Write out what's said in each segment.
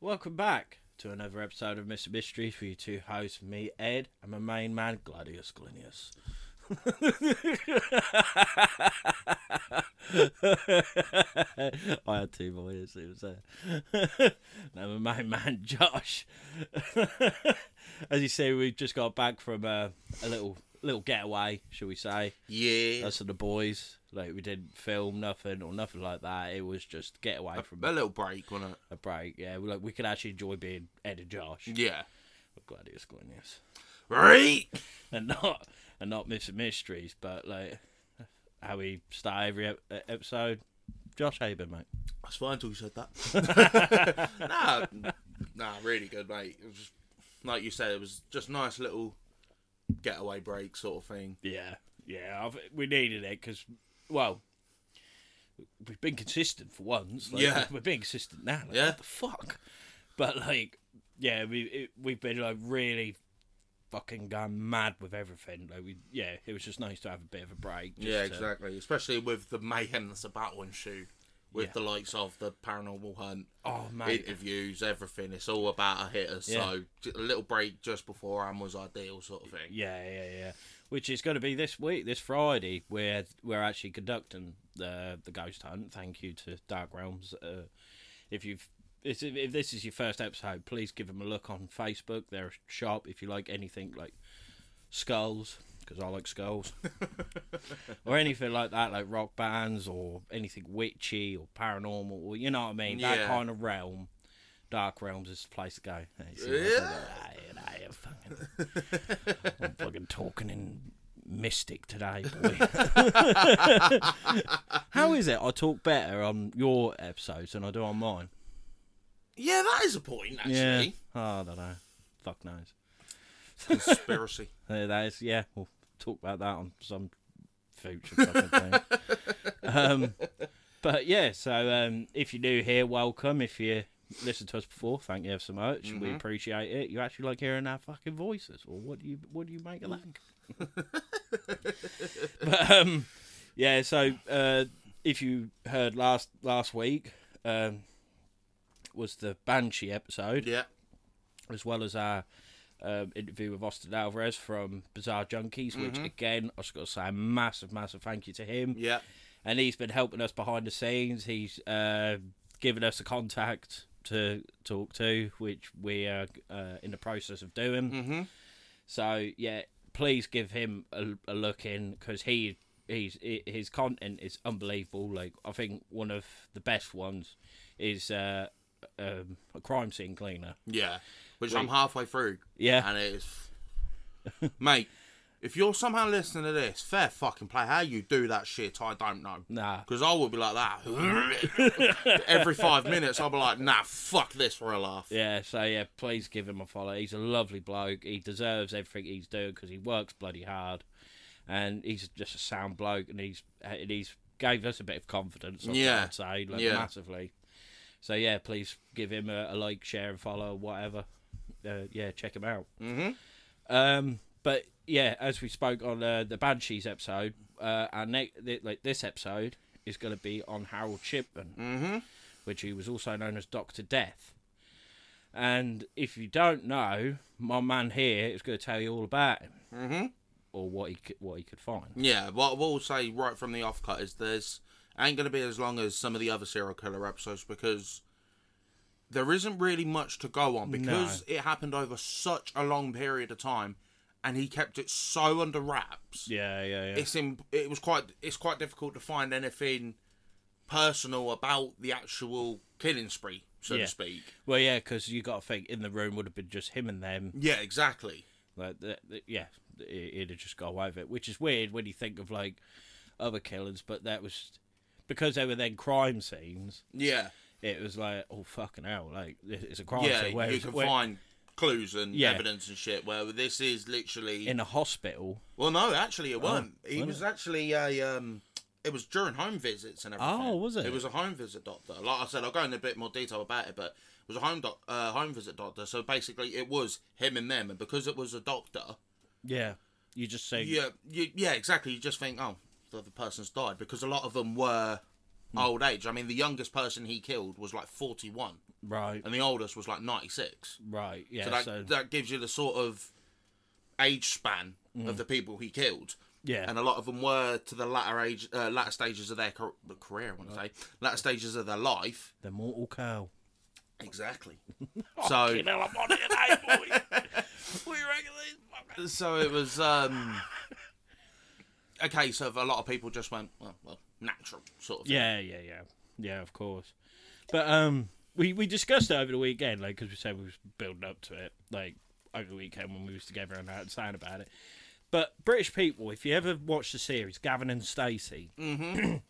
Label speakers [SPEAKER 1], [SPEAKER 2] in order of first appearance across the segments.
[SPEAKER 1] Welcome back to another episode of Mr. Mystery for you two hosts, me, Ed, and my main man, Gladius Glinius. I had two boys, it was there. no, my main man, Josh. As you say, we've just got back from uh, a little little getaway, shall we say.
[SPEAKER 2] Yeah.
[SPEAKER 1] Us and the boys. Like, we didn't film nothing or nothing like that. It was just get away from
[SPEAKER 2] A little break, wasn't it?
[SPEAKER 1] a break. Yeah, we, like we could actually enjoy being Ed and Josh.
[SPEAKER 2] Yeah.
[SPEAKER 1] With Gladius Glenius.
[SPEAKER 2] Right.
[SPEAKER 1] and not and not Mr. Mysteries, but like how we start every ep- uh, episode. Josh Haber, mate.
[SPEAKER 2] That's fine until you said that. nah, nah, really good, mate. It was just, like you said, it was just nice little getaway break sort of thing.
[SPEAKER 1] Yeah, yeah, I've, we needed it because well, we've been consistent for once. Like,
[SPEAKER 2] Yeah.
[SPEAKER 1] we're being consistent now. Like,
[SPEAKER 2] Yeah.
[SPEAKER 1] what the fuck. But like, yeah, we it, we've been like really fucking gone mad with everything. Like we, yeah, it was just nice to have a bit of a break. just
[SPEAKER 2] yeah,
[SPEAKER 1] to-
[SPEAKER 2] exactly. Especially with the mayhem that's about one shoe, with
[SPEAKER 1] Yeah.
[SPEAKER 2] the likes of the paranormal hunt,
[SPEAKER 1] Oh mate,
[SPEAKER 2] interviews, everything. It's all about a hitter. So j- a little break just beforehand was ideal, sort of thing.
[SPEAKER 1] Yeah, yeah, yeah. Which is going to be this week, this Friday, where we're actually conducting the the ghost hunt. Thank you to Dark Realms. Uh, if you've if, if this is your first episode, please give them a look on Facebook. They're a shop if you like anything like skulls, because I like skulls, or anything like that, like rock bands or anything witchy or paranormal, or you know what I mean, that
[SPEAKER 2] Yeah.
[SPEAKER 1] kind of realm. Dark Realms is the place to go. It's, you know, it's like, "Aye, aye, I'm fucking- I'm fucking talking in mystic today, boy. How is it I talk better on your episodes than I do on mine?
[SPEAKER 2] Yeah, that is a point, actually.
[SPEAKER 1] Yeah. Oh, I don't know. Fuck knows.
[SPEAKER 2] Conspiracy.
[SPEAKER 1] There Uh, that is. Yeah, we'll talk about that on some future fucking thing. um, but yeah, so um, if you're new here, welcome. If you listened to us before, thank you so much. We appreciate it. You actually like hearing our fucking voices, or what do you what do you make of that? but um, yeah, so uh, if you heard last last week. Um, was the Banshee episode
[SPEAKER 2] yeah.
[SPEAKER 1] as well as our um, interview with Austin Alvarez from Bizarre Junkies, which
[SPEAKER 2] Mm-hmm.
[SPEAKER 1] again, I just got to say, a massive, massive thank you to him.
[SPEAKER 2] Yeah.
[SPEAKER 1] And he's been helping us behind the scenes. He's uh, given us a contact to talk to, which we are uh, in the process of doing.
[SPEAKER 2] Mm-hmm.
[SPEAKER 1] So yeah, please give him a, a look in because he he's i his content is unbelievable. Like I think one of the best ones is uh, um, a crime scene cleaner.
[SPEAKER 2] Yeah. Which I'm halfway through.
[SPEAKER 1] Yeah.
[SPEAKER 2] And it's. Mate, if you're somehow listening to this, fair fucking play. How you do that shit, I don't know.
[SPEAKER 1] Nah.
[SPEAKER 2] Because I would be like that. Every five minutes, I'll be like, nah, fuck this for a laugh.
[SPEAKER 1] Yeah, so yeah, please give him a follow. He's a lovely bloke. He deserves everything he's doing because he works bloody hard, and he's just a sound bloke, and he's and he's gave us a bit of confidence. I'd
[SPEAKER 2] Yeah.
[SPEAKER 1] say like
[SPEAKER 2] Yeah.
[SPEAKER 1] massively. So yeah, please give him a, a like, share, and follow, whatever. Uh, yeah, check him out.
[SPEAKER 2] Mhm.
[SPEAKER 1] Um, but yeah, as we spoke on uh, the Banshees episode, uh, our next th- like this episode is going to be on Harold Shipman
[SPEAKER 2] Mm-hmm.
[SPEAKER 1] which he was also known as Doctor Death. And if you don't know, my man here is going to tell you all about him
[SPEAKER 2] Mm-hmm.
[SPEAKER 1] or what he could, what he could find.
[SPEAKER 2] Yeah, what we'll say right from the offcut is there's ain't going to be as long as some of the other serial killer episodes because there isn't really much to go on because it happened over such a long period of time, and he kept it so under wraps.
[SPEAKER 1] Yeah, yeah, yeah.
[SPEAKER 2] It's in, it was quite it's quite difficult to find anything personal about the actual killing spree, so
[SPEAKER 1] Yeah.
[SPEAKER 2] to speak.
[SPEAKER 1] Well, yeah, because you got to think in the room would have been just him and them.
[SPEAKER 2] Yeah, exactly.
[SPEAKER 1] Like, the, the, yeah, it, it'd have just got away with it, which is weird when you think of like other killers. But that was because they were then crime scenes.
[SPEAKER 2] Yeah,
[SPEAKER 1] It was like, oh fucking hell, like it's a crime
[SPEAKER 2] yeah.
[SPEAKER 1] scene. Whereas-
[SPEAKER 2] you can
[SPEAKER 1] where-
[SPEAKER 2] find clues and
[SPEAKER 1] Yeah.
[SPEAKER 2] evidence and shit. Where this is literally
[SPEAKER 1] in Oh, a hospital.
[SPEAKER 2] well, no, actually, it wasn't. He
[SPEAKER 1] wasn't
[SPEAKER 2] was actually a um. It was during home visits and everything.
[SPEAKER 1] Oh, was it?
[SPEAKER 2] It was a home visit doctor. Like I said, I'll go into a bit more detail about it, but it was a home doc, uh, home visit doctor. So basically, it was him and them, and because it was a doctor,
[SPEAKER 1] Yeah, you just say
[SPEAKER 2] yeah, you, yeah, exactly. You just think, oh, the other person's died because a lot of them were
[SPEAKER 1] Hmm.
[SPEAKER 2] old age. I mean, the youngest person he killed was like forty-one,
[SPEAKER 1] right,
[SPEAKER 2] and the oldest was like ninety-six.
[SPEAKER 1] right. Yeah,
[SPEAKER 2] So
[SPEAKER 1] so,
[SPEAKER 2] that, that gives you the sort of age span of the people he killed.
[SPEAKER 1] Hmm. Yeah.
[SPEAKER 2] And a lot of them were to the latter age, uh, latter stages of their car- career. I want to say latter stages of their life.
[SPEAKER 1] the mortal cow.
[SPEAKER 2] Exactly. so
[SPEAKER 1] You know, I'm on it
[SPEAKER 2] eh,
[SPEAKER 1] today, boy. we regulate these fuckers.
[SPEAKER 2] so it was um, a case of a lot of people just went well, well natural sort of. thing.
[SPEAKER 1] Yeah, yeah, yeah, yeah. Of course, but um, we we discussed it over the weekend, like because we said we was building up to it, like over the weekend when we was together and I had saying about it. But British people, if you ever watch the series Gavin and Stacey,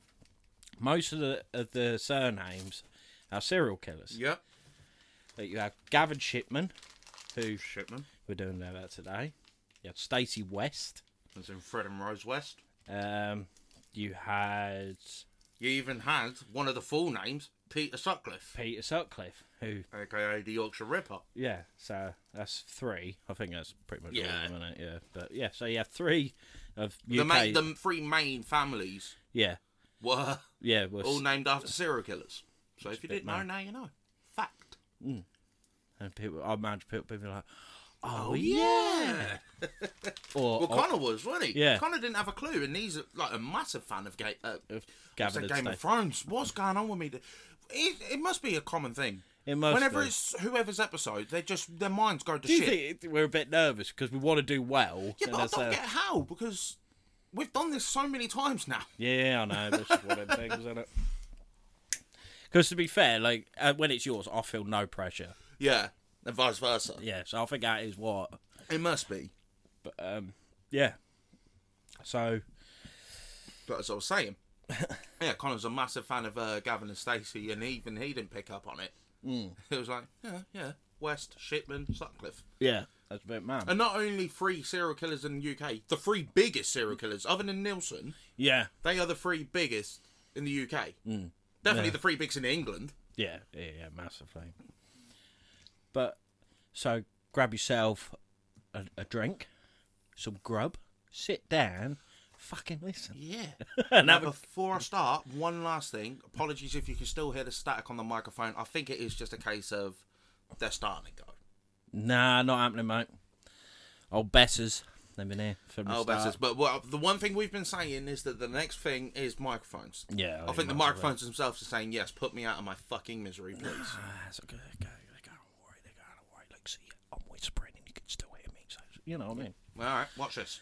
[SPEAKER 1] most of the of the surnames are serial killers.
[SPEAKER 2] Yep.
[SPEAKER 1] Like you have Gavin Shipman, who
[SPEAKER 2] Shipman.
[SPEAKER 1] we're doing about today. You had Stacey West.
[SPEAKER 2] As in Fred and Rose West.
[SPEAKER 1] Um, you had
[SPEAKER 2] You even had one of the full names, Peter Sutcliffe,
[SPEAKER 1] Peter Sutcliffe, who
[SPEAKER 2] aka the Yorkshire Ripper.
[SPEAKER 1] Yeah, so that's three. I think that's pretty much all
[SPEAKER 2] Yeah.
[SPEAKER 1] of them, isn't it? Yeah, but yeah, so you have three of UK.
[SPEAKER 2] The, main, the three main families
[SPEAKER 1] yeah,
[SPEAKER 2] were
[SPEAKER 1] yeah, well,
[SPEAKER 2] all named after serial killers. So if you
[SPEAKER 1] bit
[SPEAKER 2] didn't know,
[SPEAKER 1] mad.
[SPEAKER 2] now you know. Fact.
[SPEAKER 1] and people, I imagine people, people like, oh, yeah,
[SPEAKER 2] yeah.
[SPEAKER 1] or
[SPEAKER 2] Well,
[SPEAKER 1] or-
[SPEAKER 2] Connor was, wasn't he?
[SPEAKER 1] Yeah.
[SPEAKER 2] Connor didn't have a clue, and he's like a massive fan of, Ga- uh,
[SPEAKER 1] of
[SPEAKER 2] I said
[SPEAKER 1] Gavin and
[SPEAKER 2] Game of
[SPEAKER 1] Stacey.
[SPEAKER 2] Thrones. What's going on with me? It, it must be a common thing.
[SPEAKER 1] It must
[SPEAKER 2] Whenever
[SPEAKER 1] be.
[SPEAKER 2] it's whoever's episode, they just their minds go to
[SPEAKER 1] Do you
[SPEAKER 2] shit.
[SPEAKER 1] think we're a bit nervous because we want to do well?
[SPEAKER 2] yeah,
[SPEAKER 1] and
[SPEAKER 2] but I
[SPEAKER 1] that's,
[SPEAKER 2] don't
[SPEAKER 1] uh,
[SPEAKER 2] get how because we've done this so many times now.
[SPEAKER 1] Yeah, I know. This is one of them things, isn't it? Because to be fair, like uh, when it's yours, I feel no pressure.
[SPEAKER 2] Yeah, and vice versa.
[SPEAKER 1] Yeah, so I think that is what
[SPEAKER 2] It must be.
[SPEAKER 1] But um, yeah. So
[SPEAKER 2] But as I was saying, yeah, Connor's a massive fan of uh, Gavin and Stacey, and even he didn't pick up on it. Mm. It was like, yeah, yeah, West, Shipman, Sutcliffe.
[SPEAKER 1] yeah, that's a bit mad.
[SPEAKER 2] And not only three serial killers in the UK, the three biggest serial killers, other than Nielsen,
[SPEAKER 1] yeah,
[SPEAKER 2] they are the three biggest in the UK. Definitely the three biggest in England.
[SPEAKER 1] yeah, yeah, yeah, massively. But so grab yourself a, a drink, some grub, sit down, fucking listen.
[SPEAKER 2] Yeah. now, before I start, one last thing. Apologies if you can still hear the static on the microphone. I think it is just a case of they're starting to go.
[SPEAKER 1] Nah, not happening, mate. Old Bessers, they've been here from the
[SPEAKER 2] Oh,
[SPEAKER 1] start.
[SPEAKER 2] that's it. But well, the one thing we've been saying is that the next thing is microphones.
[SPEAKER 1] Yeah,
[SPEAKER 2] I think the
[SPEAKER 1] massively.
[SPEAKER 2] microphones themselves are saying, yes, put me out of my fucking misery, please.
[SPEAKER 1] Ah, it's okay. They go, they go, don't worry, they go, don't worry. Like, see, I'm whispering and you can still hear me. So, you know what I mean?
[SPEAKER 2] All right, watch this.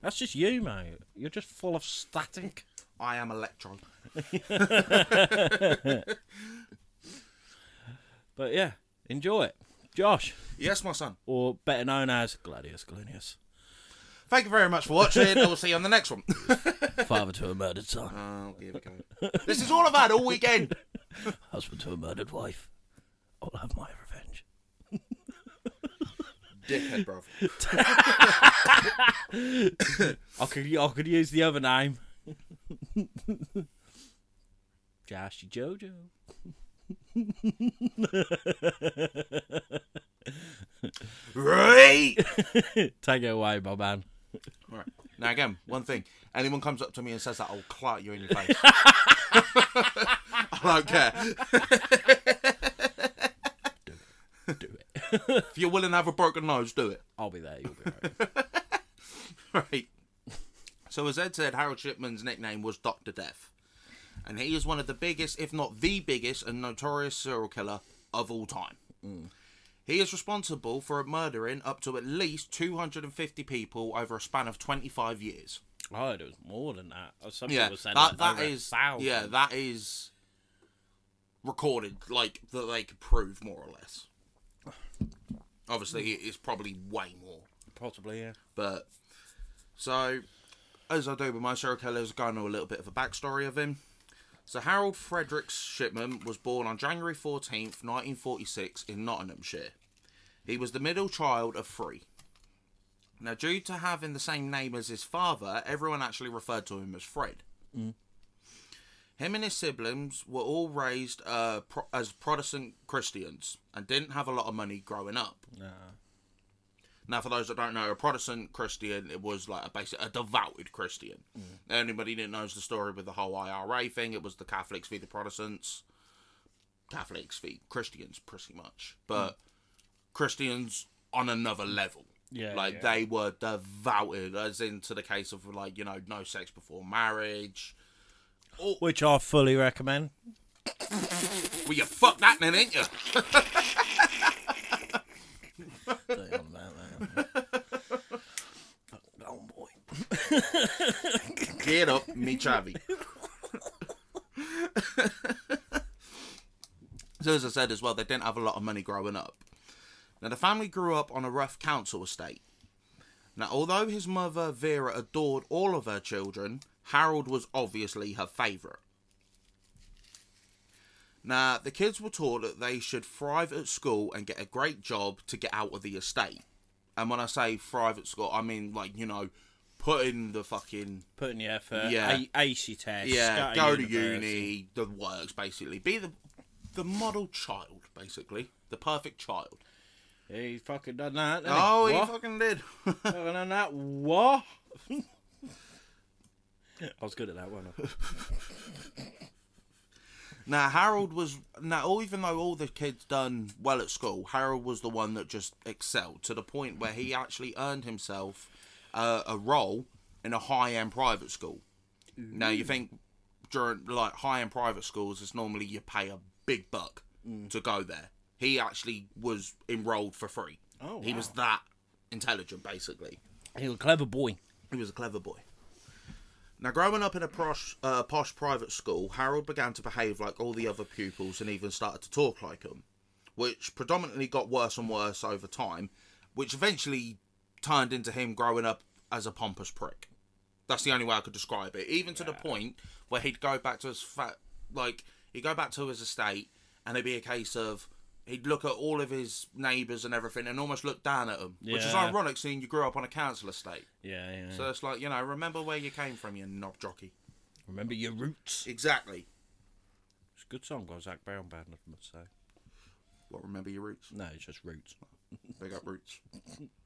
[SPEAKER 1] That's just you, mate. You're just full of static.
[SPEAKER 2] I am Electron.
[SPEAKER 1] But yeah, enjoy it. Josh,
[SPEAKER 2] Yes, my son.
[SPEAKER 1] or better known as Gladius Glunius,
[SPEAKER 2] Thank you very much for watching. I will see you on the next one.
[SPEAKER 1] father to a murdered son,
[SPEAKER 2] Oh, here we go. This is all I've had all weekend.
[SPEAKER 1] husband to a murdered wife. I'll have my revenge.
[SPEAKER 2] Dickhead, bro.
[SPEAKER 1] I could, I could use the other name. Joshy Jojo.
[SPEAKER 2] Right.
[SPEAKER 1] Take it away, my man.
[SPEAKER 2] All right. Now, again, one thing. Anyone comes up to me and says that, I'll clout you in your face. I don't care.
[SPEAKER 1] Do it.
[SPEAKER 2] If you're willing to have a broken nose, do it.
[SPEAKER 1] I'll be there. You'll be right.
[SPEAKER 2] Right. So, as Ed said, Harold Shipman's nickname was Dr. Death. And he is one of the biggest, if not the biggest, and notorious serial killer of all time. He is responsible for murdering up to at least 250 people over a span of 25 years.
[SPEAKER 1] I heard it was more than that. Or Some
[SPEAKER 2] Yeah,
[SPEAKER 1] people said
[SPEAKER 2] that,
[SPEAKER 1] it was
[SPEAKER 2] that
[SPEAKER 1] over a
[SPEAKER 2] is
[SPEAKER 1] thousand.
[SPEAKER 2] yeah, that is recorded like that they could prove more or less. Obviously, it's probably way more.
[SPEAKER 1] possibly. Yeah,
[SPEAKER 2] But so, as I do with my serial killers, I go into a little bit of a backstory of him. So Harold Frederick Shipman was born on January 14th, 1946 in Nottinghamshire. He was the middle child of three. Now, due to having the same name as his father, everyone actually referred to him as Fred. Him and his siblings were all raised uh, pro- as Protestant Christians and didn't have a lot of money growing up. Now, for those that don't know, a Protestant Christian it was like a basic a devoted Christian.
[SPEAKER 1] Mm.
[SPEAKER 2] Anybody that knows the story with the whole IRA thing, it was the Catholics v the Protestants, Catholics v Christians, pretty much. But Christians on another level.
[SPEAKER 1] Mm. Yeah,
[SPEAKER 2] like
[SPEAKER 1] yeah.
[SPEAKER 2] they were devoted, as into the case of like you know no sex before marriage.
[SPEAKER 1] Which I fully recommend.
[SPEAKER 2] Well, you fucked that then, ain't you?
[SPEAKER 1] Oh,
[SPEAKER 2] Get up, me chavi. so as I said as well, they didn't have a lot of money growing up. Now the family grew up on a rough council estate. Now, although his mother Vera adored all of her children, Harold was obviously her favourite. Now, the kids were taught that they should thrive at school and get a great job to get out of the estate. And when I say thrive at school, I mean like you know, put in the fucking
[SPEAKER 1] Putting the effort,
[SPEAKER 2] Yeah.
[SPEAKER 1] yeah. ace your test,
[SPEAKER 2] yeah, go
[SPEAKER 1] go
[SPEAKER 2] to
[SPEAKER 1] university.
[SPEAKER 2] uni, the works basically. Be the the model child, basically. The perfect child.
[SPEAKER 1] He fucking done that. didn't
[SPEAKER 2] Oh,
[SPEAKER 1] he
[SPEAKER 2] he
[SPEAKER 1] What?
[SPEAKER 2] fucking did.
[SPEAKER 1] fucking done that. What? I was good at that, wasn't I?
[SPEAKER 2] now Harold was now even though all the kids done well at school, Harold was the one that just excelled to the point where he actually earned himself uh, a role in a high end private school. Now you think during like high end private schools, it's normally you pay a big buck to go there. He actually was enrolled for free.
[SPEAKER 1] Oh,
[SPEAKER 2] he was that intelligent, basically.
[SPEAKER 1] He was a clever boy.
[SPEAKER 2] He was a clever boy. Now, growing up in a posh, uh, posh private school, Harold began to behave like all the other pupils and even started to talk like them, which predominantly got worse and worse over time, which eventually turned into him growing up as a pompous prick. That's the only way I could describe it. Even to the point where he'd go back to his fat, like he'd go back to his estate, and it'd be a case of he'd look at all of his neighbours and everything, and almost look down at them, which is
[SPEAKER 1] Yeah.
[SPEAKER 2] ironic seeing you grew up on a council estate.
[SPEAKER 1] Yeah, yeah.
[SPEAKER 2] So it's like, you know, remember where you came from, you knob jockey.
[SPEAKER 1] Remember your roots.
[SPEAKER 2] Exactly.
[SPEAKER 1] It's a good song by Zach Brown Band, I must say.
[SPEAKER 2] Well, remember your roots.
[SPEAKER 1] No, it's just roots.
[SPEAKER 2] Big up roots.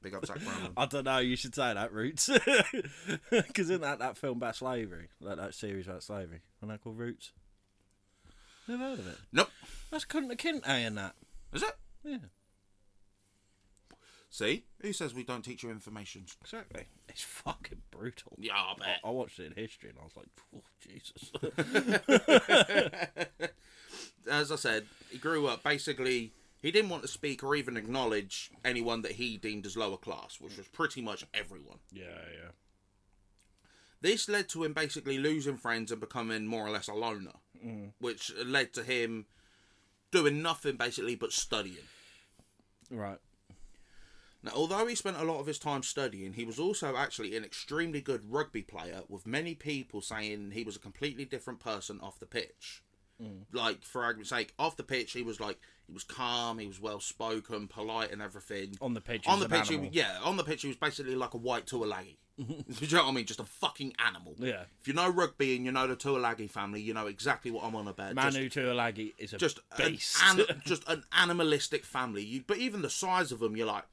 [SPEAKER 2] Big up Zach Brown.
[SPEAKER 1] I don't know. You should say that roots, because isn't that that film about slavery, like that series about slavery? And that called Roots. Never heard of it.
[SPEAKER 2] nope.
[SPEAKER 1] That's couldn't a kint in that.
[SPEAKER 2] Is it?
[SPEAKER 1] Yeah,
[SPEAKER 2] See? Who says we don't teach you information?
[SPEAKER 1] exactly. It's fucking brutal.
[SPEAKER 2] Yeah, I bet.
[SPEAKER 1] I watched it in history, and I was like, oh, Jesus.
[SPEAKER 2] As I said, he grew up basically. He didn't want to speak or even acknowledge anyone that he deemed as lower class, which was pretty much everyone.
[SPEAKER 1] yeah, yeah.
[SPEAKER 2] This led to him basically losing friends and becoming more or less a loner, which led to him doing nothing basically but studying.
[SPEAKER 1] Right.
[SPEAKER 2] Now, although he spent a lot of his time studying, he was also actually an extremely good rugby player, with many people saying he was a completely different person off the pitch.
[SPEAKER 1] Mm.
[SPEAKER 2] Like, for argument's sake, off the pitch, he was like, he was calm, he was well spoken, polite, and everything.
[SPEAKER 1] On the pitch,
[SPEAKER 2] on
[SPEAKER 1] he's
[SPEAKER 2] the
[SPEAKER 1] an
[SPEAKER 2] pitch, he,
[SPEAKER 1] animal.
[SPEAKER 2] yeah, on the pitch, he was basically like a white Tuolagi. Do you know what I mean? Just a fucking animal.
[SPEAKER 1] Yeah.
[SPEAKER 2] If you know rugby and you know the Tuolagi family, you know exactly what I'm on about. Just-
[SPEAKER 1] Manu Tuolagi is a
[SPEAKER 2] just
[SPEAKER 1] beast.
[SPEAKER 2] An, an- just an animalistic family. You, but even the size of them, you're like,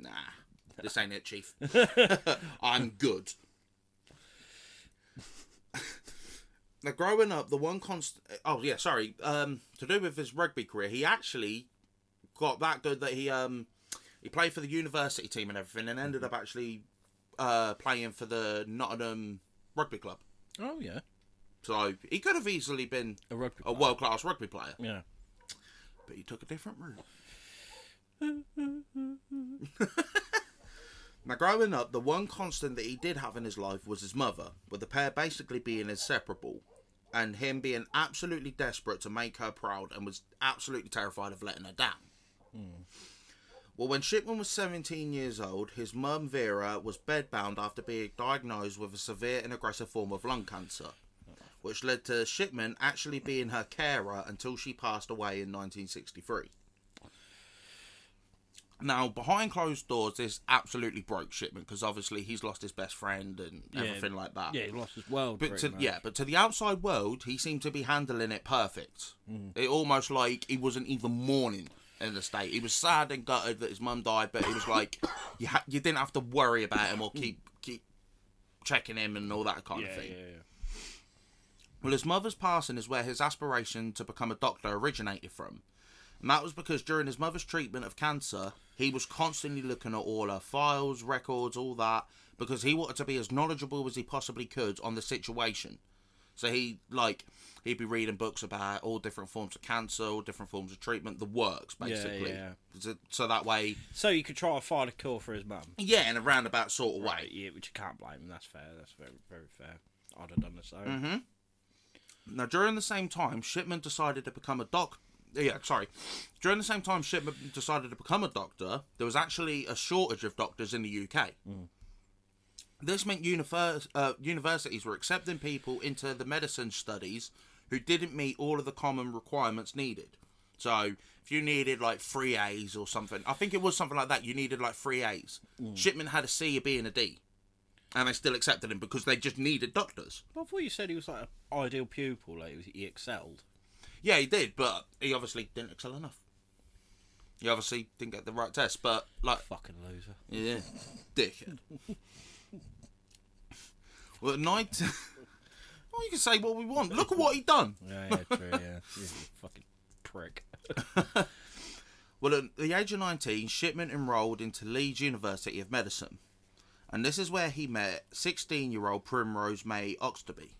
[SPEAKER 2] nah, this ain't it, Chief. I'm good. now, growing up, the one constant. Oh yeah, sorry. Um, to do with his rugby career, he actually got that good that he um he played for the university team and everything, and ended up actually uh playing for the Nottingham Rugby Club.
[SPEAKER 1] oh yeah,
[SPEAKER 2] So he could have easily been
[SPEAKER 1] a rugby.
[SPEAKER 2] a world class rugby player
[SPEAKER 1] yeah.
[SPEAKER 2] but he took a different route. now, growing up, the one constant that he did have in his life was his mother, with the pair basically being inseparable, and him being absolutely desperate to make her proud and was absolutely terrified of letting her down. Hmm. Well, when Shipman was 17 years old, his mum Vera was bedbound after being diagnosed with a severe and aggressive form of lung cancer, which led to Shipman actually being her carer until she passed away in 1963. Now, behind closed doors, this absolutely broke Shipman because obviously he's lost his best friend and everything like that.
[SPEAKER 1] Yeah, he lost his world.
[SPEAKER 2] But
[SPEAKER 1] pretty
[SPEAKER 2] to,
[SPEAKER 1] much.
[SPEAKER 2] yeah, but to the outside world, he seemed to be handling it perfect.
[SPEAKER 1] Mm.
[SPEAKER 2] It almost like he wasn't even mourning in the state. He was sad and gutted that his mum died, but it was like you ha- you didn't have to worry about him or keep keep checking him and all that kind
[SPEAKER 1] yeah,
[SPEAKER 2] of
[SPEAKER 1] yeah,
[SPEAKER 2] thing.
[SPEAKER 1] yeah.
[SPEAKER 2] Well, his mother's passing is where his aspiration to become a doctor originated from. And that was because during his mother's treatment of cancer, he was constantly looking at all her files, records, all that, because he wanted to be as knowledgeable as he possibly could on the situation. So he, like, he'd be reading books about all different forms of cancer, all different forms of treatment, the works, basically.
[SPEAKER 1] yeah.
[SPEAKER 2] So, so that way,
[SPEAKER 1] So you could try and find a cure for his mum.
[SPEAKER 2] yeah, in a roundabout sort of way.
[SPEAKER 1] Yeah, which you can't blame him. That's fair. That's very, very fair. I'd have done the same.
[SPEAKER 2] Mm-hmm. Now, during the same time, Shipman decided to become a doc. Yeah, sorry. During the same time, Shipman decided to become a doctor. There was actually a shortage of doctors in the UK. This meant univers- uh, universities were accepting people into the medicine studies who didn't meet all of the common requirements needed. So, if you needed like three A's or something, I think it was something like that. You needed like three A's. Shipman had a C, a B, and a D, and they still accepted him because they just needed doctors.
[SPEAKER 1] I thought you said he was like an ideal pupil. Like he, was, he excelled.
[SPEAKER 2] Yeah, he did, but he obviously didn't excel enough. He obviously didn't get the right test, but like,
[SPEAKER 1] Fucking loser.
[SPEAKER 2] yeah, dickhead. well, at night, well, you can say what we want. Look at what he done.
[SPEAKER 1] Yeah, yeah, true. Yeah, you fucking prick.
[SPEAKER 2] Well, at the age of 19, Shipman enrolled into Leeds University of Medicine, and this is where he met 16 year old Primrose May Oxterby.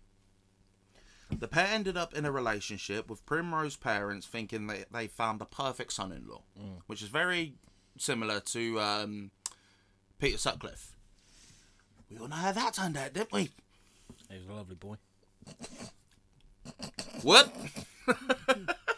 [SPEAKER 2] The pair ended up in a relationship with Primrose's parents thinking that they found the perfect son in law, which is very similar to um, Peter Sutcliffe. We all know how that turned out, didn't we?
[SPEAKER 1] He was a lovely boy.
[SPEAKER 2] What?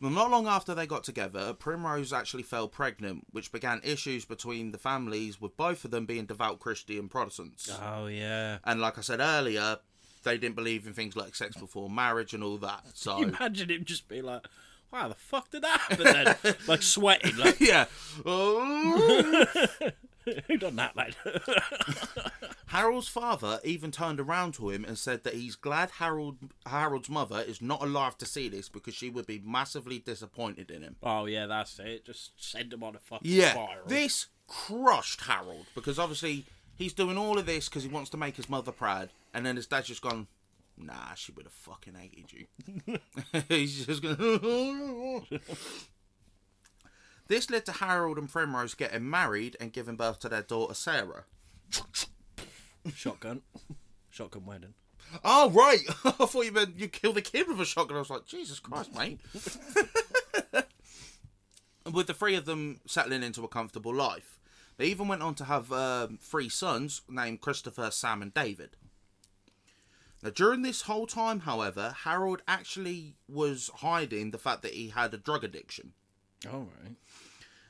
[SPEAKER 2] well, not long after they got together, Primrose actually fell pregnant, which began issues between the families, with both of them being devout Christian Protestants.
[SPEAKER 1] Oh yeah.
[SPEAKER 2] And like I said earlier, they didn't believe in things like sex before marriage and all that. So.
[SPEAKER 1] Imagine him just being like, "Wow, the fuck did that happen?" Then, like sweating, like
[SPEAKER 2] Yeah. Oh.
[SPEAKER 1] who done that, mate?
[SPEAKER 2] Harold's father even turned around to him and said that he's glad Harold Harold's mother is not alive to see this because she would be massively disappointed in him.
[SPEAKER 1] oh yeah, that's it. Just send him on a fucking
[SPEAKER 2] Yeah,
[SPEAKER 1] spiral.
[SPEAKER 2] this crushed Harold because obviously he's doing all of this because he wants to make his mother proud, and then his dad's just gone. Nah, she would have fucking hated you. he's just going. this led to Harold and Primrose getting married and giving birth to their daughter Sarah.
[SPEAKER 1] Shotgun. Shotgun wedding.
[SPEAKER 2] Oh right, I thought you meant you killed the kid with a shotgun. I was like, Jesus Christ, mate. with the three of them settling into a comfortable life, they even went on to have um, three sons named Christopher, Sam, and David. Now, during this whole time, however, Harold actually was hiding the fact that he had a drug addiction.
[SPEAKER 1] All right.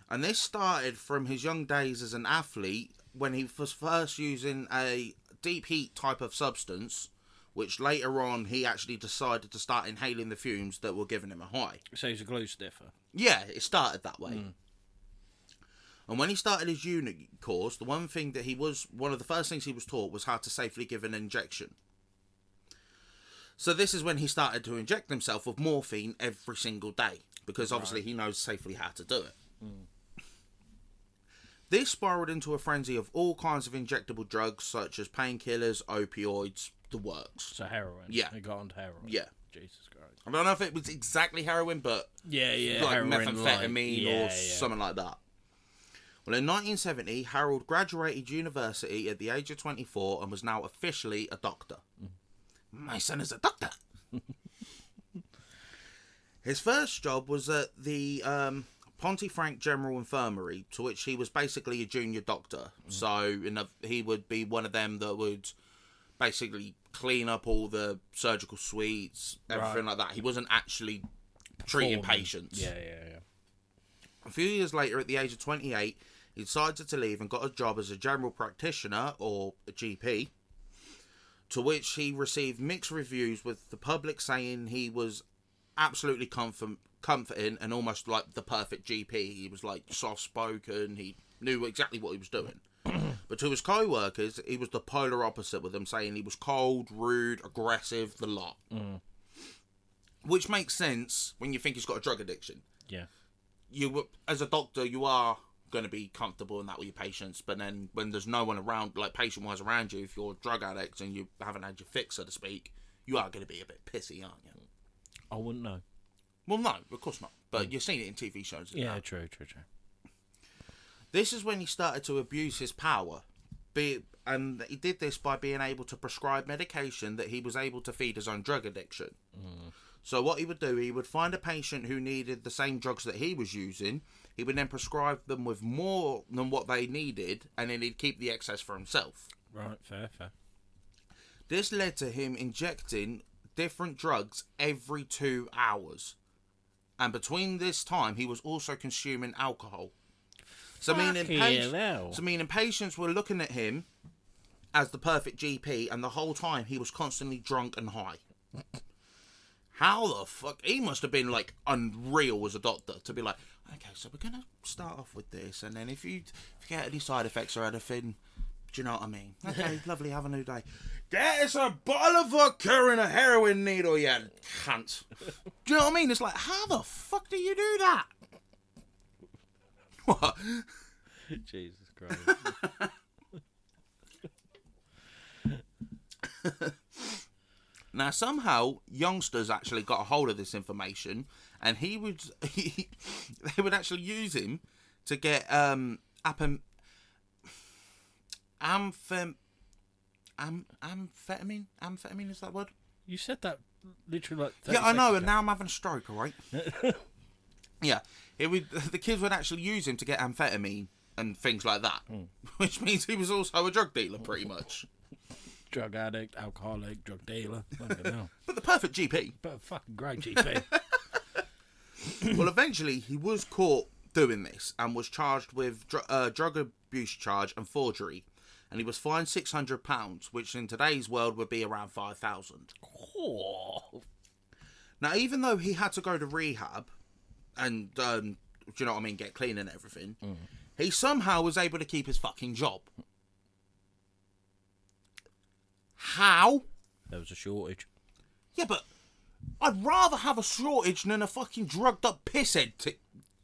[SPEAKER 2] And this started from his young days as an athlete when he was first using a deep heat type of substance, which later on he actually decided to start inhaling the fumes that were giving him a high.
[SPEAKER 1] So he's a glue stiffer.
[SPEAKER 2] Yeah, it started that way. And when he started his unit course, the one thing that he was, one of the first things he was taught was how to safely give an injection. So this is when he started to inject himself with morphine every single day because obviously he knows safely how to do it. This spiraled into a frenzy of all kinds of injectable drugs such as painkillers, opioids, the works.
[SPEAKER 1] So heroin.
[SPEAKER 2] Yeah.
[SPEAKER 1] He got onto heroin.
[SPEAKER 2] Yeah.
[SPEAKER 1] Jesus Christ.
[SPEAKER 2] I don't know if it was exactly heroin, but
[SPEAKER 1] Yeah, yeah.
[SPEAKER 2] like
[SPEAKER 1] heroin, like-
[SPEAKER 2] methamphetamine
[SPEAKER 1] yeah,
[SPEAKER 2] or
[SPEAKER 1] yeah.
[SPEAKER 2] something like that. Well, in 1970, Harold graduated university at the age of 24 and was now officially a doctor. My son is a doctor. His first job was at the um, Pontefract General Infirmary, to which he was basically a junior doctor. So in a, he would be one of them that would basically clean up all the surgical suites, everything like that. He wasn't actually treating
[SPEAKER 1] Foreman.
[SPEAKER 2] patients.
[SPEAKER 1] Yeah, yeah, yeah.
[SPEAKER 2] A few years later, at the age of 28, he decided to leave and got a job as a general practitioner or a GP, to which he received mixed reviews with the public saying he was absolutely comfort- comforting and almost like the perfect GP. He was like soft spoken, he knew exactly what he was doing. but to his co workers, he was the polar opposite with them saying he was cold, rude, aggressive, the lot. Which makes sense when you think he's got a drug addiction.
[SPEAKER 1] Yeah.
[SPEAKER 2] You, w- as a doctor, you are going to be comfortable in that with your patients, but then when there's no one around, like patient wise around you, if you're a drug addict and you haven't had your fix, so to speak, you are going to be a bit pissy, aren't you?
[SPEAKER 1] I wouldn't know.
[SPEAKER 2] Well, no, of course not. But you've seen it in TV shows. and
[SPEAKER 1] Yeah,
[SPEAKER 2] that.
[SPEAKER 1] true, true, true.
[SPEAKER 2] This is when he started to abuse his power. Be, and he did this by being able to prescribe medication that he was able to feed his own drug addiction. So, what he would do, he would find a patient who needed the same drugs that he was using. He would then prescribe them with more than what they needed, and then he'd keep the excess for himself.
[SPEAKER 1] Right, fair, fair.
[SPEAKER 2] This led to him injecting different drugs every two hours. And between this time, he was also consuming alcohol. So, meaning,
[SPEAKER 1] Fucking hell.
[SPEAKER 2] so meaning patients were looking at him as the perfect GP, and the whole time he was constantly drunk and high. How the fuck? He must have been like unreal as a doctor to be like, okay, so we're gonna start off with this, and then if you if you get any side effects or anything, do you know what I mean? Okay, lovely, have a new day. Get us a bottle of vodka and a heroin needle, you cunt. Do you know what I mean? It's like, how the fuck do you do that? What?
[SPEAKER 1] Jesus Christ.
[SPEAKER 2] Now, somehow, youngsters actually got a hold of this information, and he would he, they would actually use him to get um apam, amphem, am, amphetamine. Amphetamine is that word?
[SPEAKER 1] you said that literally like. 30
[SPEAKER 2] Yeah, I know.
[SPEAKER 1] seconds
[SPEAKER 2] And
[SPEAKER 1] ago.
[SPEAKER 2] now I'm having a stroke. All right. yeah, it would. The kids would actually use him to get amphetamine and things like that, which means he was also a drug dealer, pretty much.
[SPEAKER 1] Drug addict, alcoholic, drug dealer. Fucking hell.
[SPEAKER 2] But the perfect GP.
[SPEAKER 1] But a fucking great GP.
[SPEAKER 2] well, eventually he was caught doing this and was charged with dr- uh, drug abuse charge and forgery, and he was fined six hundred pounds, which in today's world would be around five thousand.
[SPEAKER 1] oh,
[SPEAKER 2] Now, even though he had to go to rehab, and um, do you know what I mean, get clean and everything, he somehow was able to keep his fucking job. How?
[SPEAKER 1] there was a shortage.
[SPEAKER 2] Yeah, but I'd rather have a shortage than a fucking drugged up pisshead. T-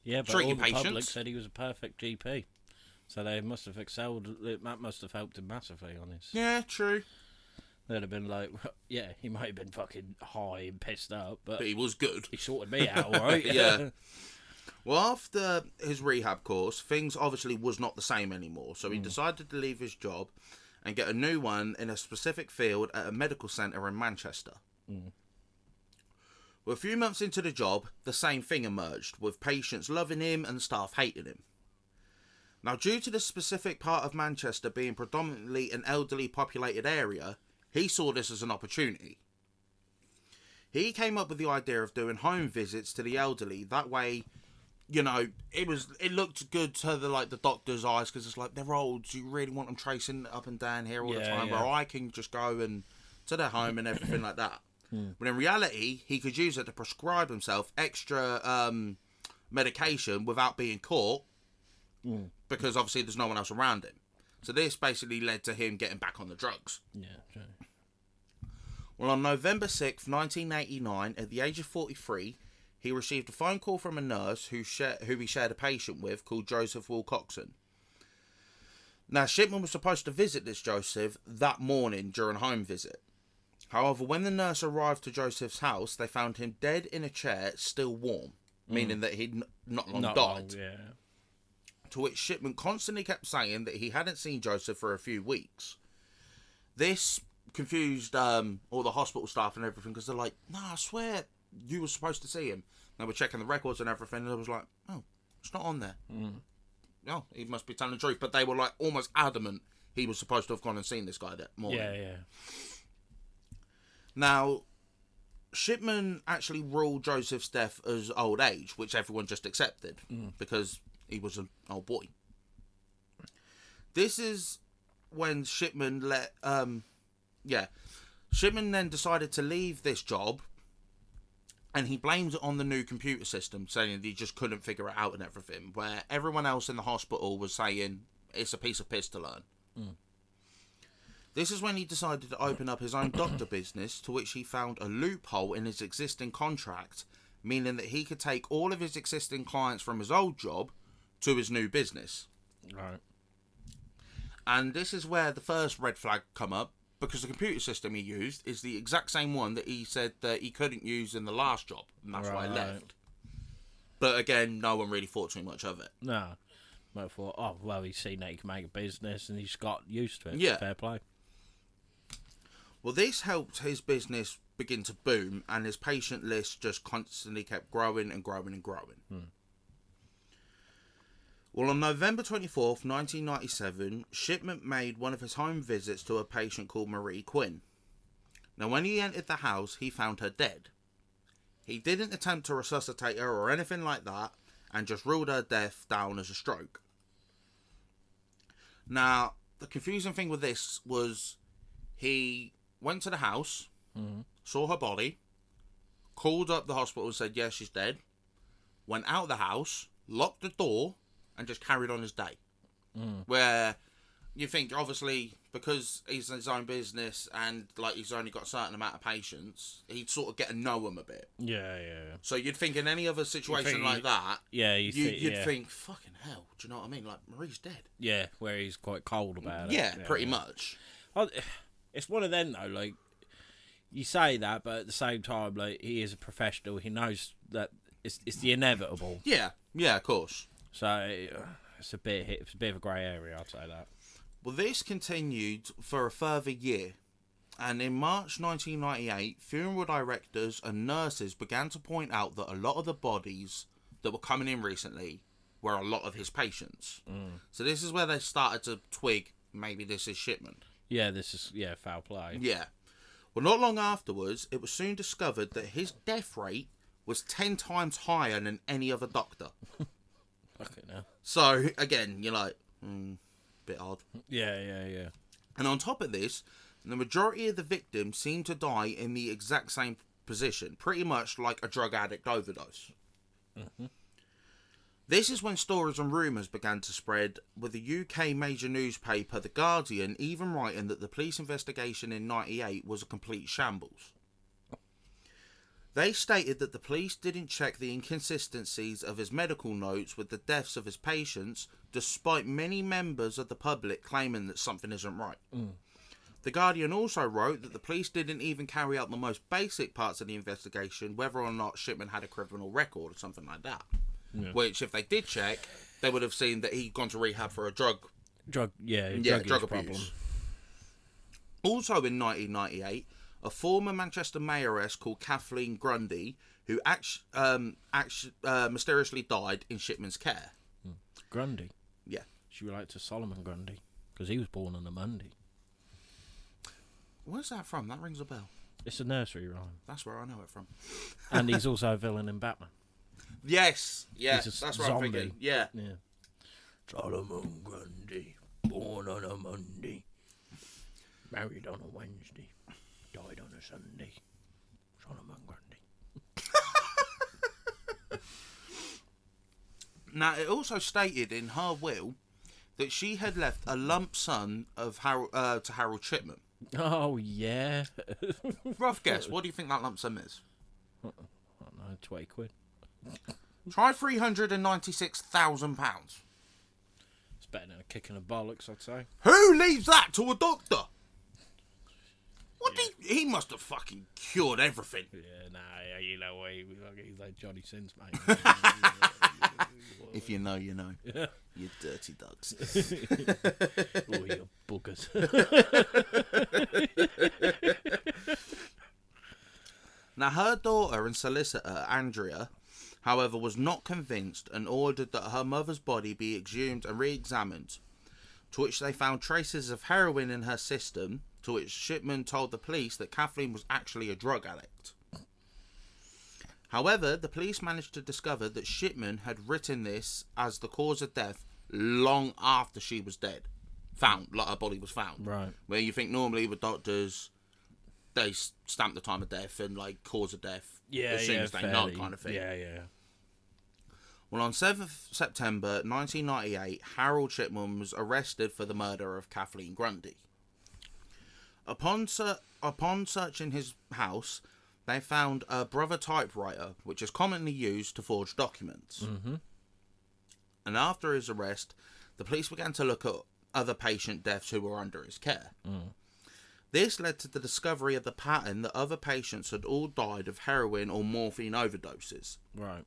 [SPEAKER 1] Yeah, but
[SPEAKER 2] Treat
[SPEAKER 1] all
[SPEAKER 2] your
[SPEAKER 1] the public
[SPEAKER 2] patients.
[SPEAKER 1] said he was a perfect GP, so they must have excelled. That must have helped him massively on this.
[SPEAKER 2] yeah, true.
[SPEAKER 1] They'd have been like, well, yeah, he might have been fucking high and pissed up, but
[SPEAKER 2] But he was good.
[SPEAKER 1] he sorted me out, all right?
[SPEAKER 2] Yeah. Well, after his rehab course, things obviously was not the same anymore. So he decided to leave his job and get a new one in a specific field at a medical centre in Manchester. Well, a few months into the job, the same thing emerged, with patients loving him and staff hating him. Now, due to this specific part of Manchester being predominantly an elderly populated area, he saw this as an opportunity. He came up with the idea of doing home visits to the elderly. That way, you know, it was it looked good to the like the doctor's eyes because it's like they're old. Do you really want them tracing up and down here all the
[SPEAKER 1] Yeah,
[SPEAKER 2] time?
[SPEAKER 1] yeah.
[SPEAKER 2] Where I can just go and to their home and everything like that. But in reality, he could use it to prescribe himself extra um, medication without being caught because obviously there's no one else around him. So this basically led to him getting back on the drugs.
[SPEAKER 1] yeah. so-
[SPEAKER 2] Well, on November 6th, 1989, at the age of 43, he received a phone call from a nurse who, share, who he shared a patient with called Joseph Wilcoxon. Now, Shipman was supposed to visit this Joseph that morning during a home visit. However, when the nurse arrived to Joseph's house, they found him dead in a chair, still warm, meaning that he'd n- not long
[SPEAKER 1] Mm. Not
[SPEAKER 2] died.
[SPEAKER 1] long, yeah.
[SPEAKER 2] to which Shipman constantly kept saying that he hadn't seen Joseph for a few weeks. This confused um, all the hospital staff and everything because they're like, "No, I swear you were supposed to see him." They were checking the records and everything, and I was like, "Oh, it's not on there." Oh, he must be telling the truth. But they were like almost adamant he was supposed to have gone and seen this guy that morning.
[SPEAKER 1] Yeah, yeah.
[SPEAKER 2] Now, Shipman actually ruled Joseph's death as old age, which everyone just accepted because he was an old boy. This is when Shipman let um, Yeah. Shipman then decided to leave this job and he blames it on the new computer system, saying that he just couldn't figure it out and everything, where everyone else in the hospital was saying it's a piece of piss to learn. This is when he decided to open up his own doctor business, to which he found a loophole in his existing contract, meaning that he could take all of his existing clients from his old job to his new business.
[SPEAKER 1] Right.
[SPEAKER 2] And this is where the first red flag come up because the computer system he used is the exact same one that he said that he couldn't use in the last job, and that's why
[SPEAKER 1] Right.
[SPEAKER 2] he left. But again, no one really thought too much of it.
[SPEAKER 1] No. Might have thought, oh, well, he's seen that he can make a business and he's got used to it.
[SPEAKER 2] Yeah.
[SPEAKER 1] Fair play.
[SPEAKER 2] Well, this helped his business begin to boom, and his patient list just constantly kept growing and growing and growing. Well, on November 24th, 1997, Shipment made one of his home visits to a patient called Marie Quinn. Now, when he entered the house, he found her dead. He didn't attempt to resuscitate her or anything like that, and just ruled her death down as a stroke. Now, the confusing thing with this was he went to the house, saw her body, called up the hospital and said, Yeah, she's dead. Went out the house, locked the door, and just carried on his day. Where you think, obviously, because he's in his own business and like he's only got a certain amount of patients, he'd sort of get to know him a bit.
[SPEAKER 1] Yeah, yeah.
[SPEAKER 2] So you'd think in any other situation
[SPEAKER 1] think
[SPEAKER 2] like
[SPEAKER 1] he-
[SPEAKER 2] that,
[SPEAKER 1] Yeah, you
[SPEAKER 2] you,
[SPEAKER 1] thi-
[SPEAKER 2] you'd
[SPEAKER 1] yeah.
[SPEAKER 2] think, fucking hell, do you know what I mean? Like, Marie's dead.
[SPEAKER 1] Yeah, where he's quite cold about
[SPEAKER 2] Yeah,
[SPEAKER 1] it.
[SPEAKER 2] pretty much.
[SPEAKER 1] much. It's one of them, though, like, you say that, but at the same time, like, he is a professional. He knows that it's, it's the inevitable.
[SPEAKER 2] Yeah, yeah, of course.
[SPEAKER 1] So uh, it's a bit it's a bit of a grey area, I'd say that.
[SPEAKER 2] Well, this continued for a further year, and in March 1998, funeral directors and nurses began to point out that a lot of the bodies that were coming in recently were a lot of his patients. So this is where they started to twig maybe this is shipment.
[SPEAKER 1] Yeah, this is, yeah, foul play.
[SPEAKER 2] Yeah. Well, not long afterwards, it was soon discovered that his death rate was 10 times higher than any other doctor.
[SPEAKER 1] Fucking hell.
[SPEAKER 2] So, again, you're like, hmm, bit odd.
[SPEAKER 1] Yeah, yeah, yeah.
[SPEAKER 2] And on top of this, the majority of the victims seem to die in the exact same position, pretty much like a drug addict overdose. This is when stories and rumours began to spread, with the UK major newspaper The Guardian even writing that the police investigation in 98 was a complete shambles. They stated that the police didn't check the inconsistencies of his medical notes with the deaths of his patients, despite many members of the public claiming that something isn't right. The Guardian also wrote that the police didn't even carry out the most basic parts of the investigation, whether or not Shipman had a criminal record or something like that. Which, if they did check, they would have seen that he'd gone to rehab for a drug
[SPEAKER 1] Drug, yeah,
[SPEAKER 2] yeah,
[SPEAKER 1] drug,
[SPEAKER 2] drug
[SPEAKER 1] use
[SPEAKER 2] abuse.
[SPEAKER 1] problem.
[SPEAKER 2] Also in 1998, a former Manchester mayoress called Kathleen Grundy, who act- um, act- uh, mysteriously died in Shipman's care.
[SPEAKER 1] Grundy.
[SPEAKER 2] Yeah.
[SPEAKER 1] She relates to Solomon Grundy because he was born on a Monday.
[SPEAKER 2] Where's that from? That rings a bell.
[SPEAKER 1] It's a nursery rhyme,
[SPEAKER 2] That's where I know it from.
[SPEAKER 1] and he's also a villain in Batman.
[SPEAKER 2] Yes, yeah,
[SPEAKER 1] He's a s-
[SPEAKER 2] that's what I'm
[SPEAKER 1] zombie.
[SPEAKER 2] thinking. Yeah,
[SPEAKER 1] Yeah. Solomon Grundy, born on a Monday, married on a Wednesday, died on a Sunday. Solomon Grundy.
[SPEAKER 2] Now, it also stated in her will that she had left a lump sum of Har- uh, to Harold Shipman.
[SPEAKER 1] Oh yeah, I
[SPEAKER 2] Rough guess, what do you think that lump sum is?
[SPEAKER 1] don't know, twenty quid.
[SPEAKER 2] Try three hundred and ninety-six thousand pounds.
[SPEAKER 1] It's better than a kick in the bollocks, I'd say.
[SPEAKER 2] Who leaves that to a doctor? What did he, he must have fucking cured everything.
[SPEAKER 1] Yeah, nah, yeah, you know what? he- He's like Johnny Sins, mate.
[SPEAKER 2] If you know, you know. You dirty dogs.
[SPEAKER 1] oh, you buggers.
[SPEAKER 2] Now, her daughter and solicitor, Andrea, however, was not convinced and ordered that her mother's body be exhumed and re examined, to which they found traces of heroin in her system, to which Shipman told the police that Kathleen was actually a drug addict. However, the police managed to discover that Shipman had written this as the cause of death long after she was dead. found, like her body was found.
[SPEAKER 1] Right.
[SPEAKER 2] Where you think normally with doctors, they s- stamp the time of death and like cause of death
[SPEAKER 1] Yeah,
[SPEAKER 2] as soon
[SPEAKER 1] yeah,
[SPEAKER 2] as they
[SPEAKER 1] fairly.
[SPEAKER 2] know, kind of thing.
[SPEAKER 1] Yeah, yeah.
[SPEAKER 2] Well, on 7th September 1998, Harold Shipman was arrested for the murder of Kathleen Grundy. Upon, ser- upon searching his house, they found a brother typewriter, which is commonly used to forge documents. Mm-hmm. And after his arrest, the police began to look at other patient deaths who were under his care. This led to the discovery of the pattern that other patients had all died of heroin or morphine overdoses
[SPEAKER 1] Right.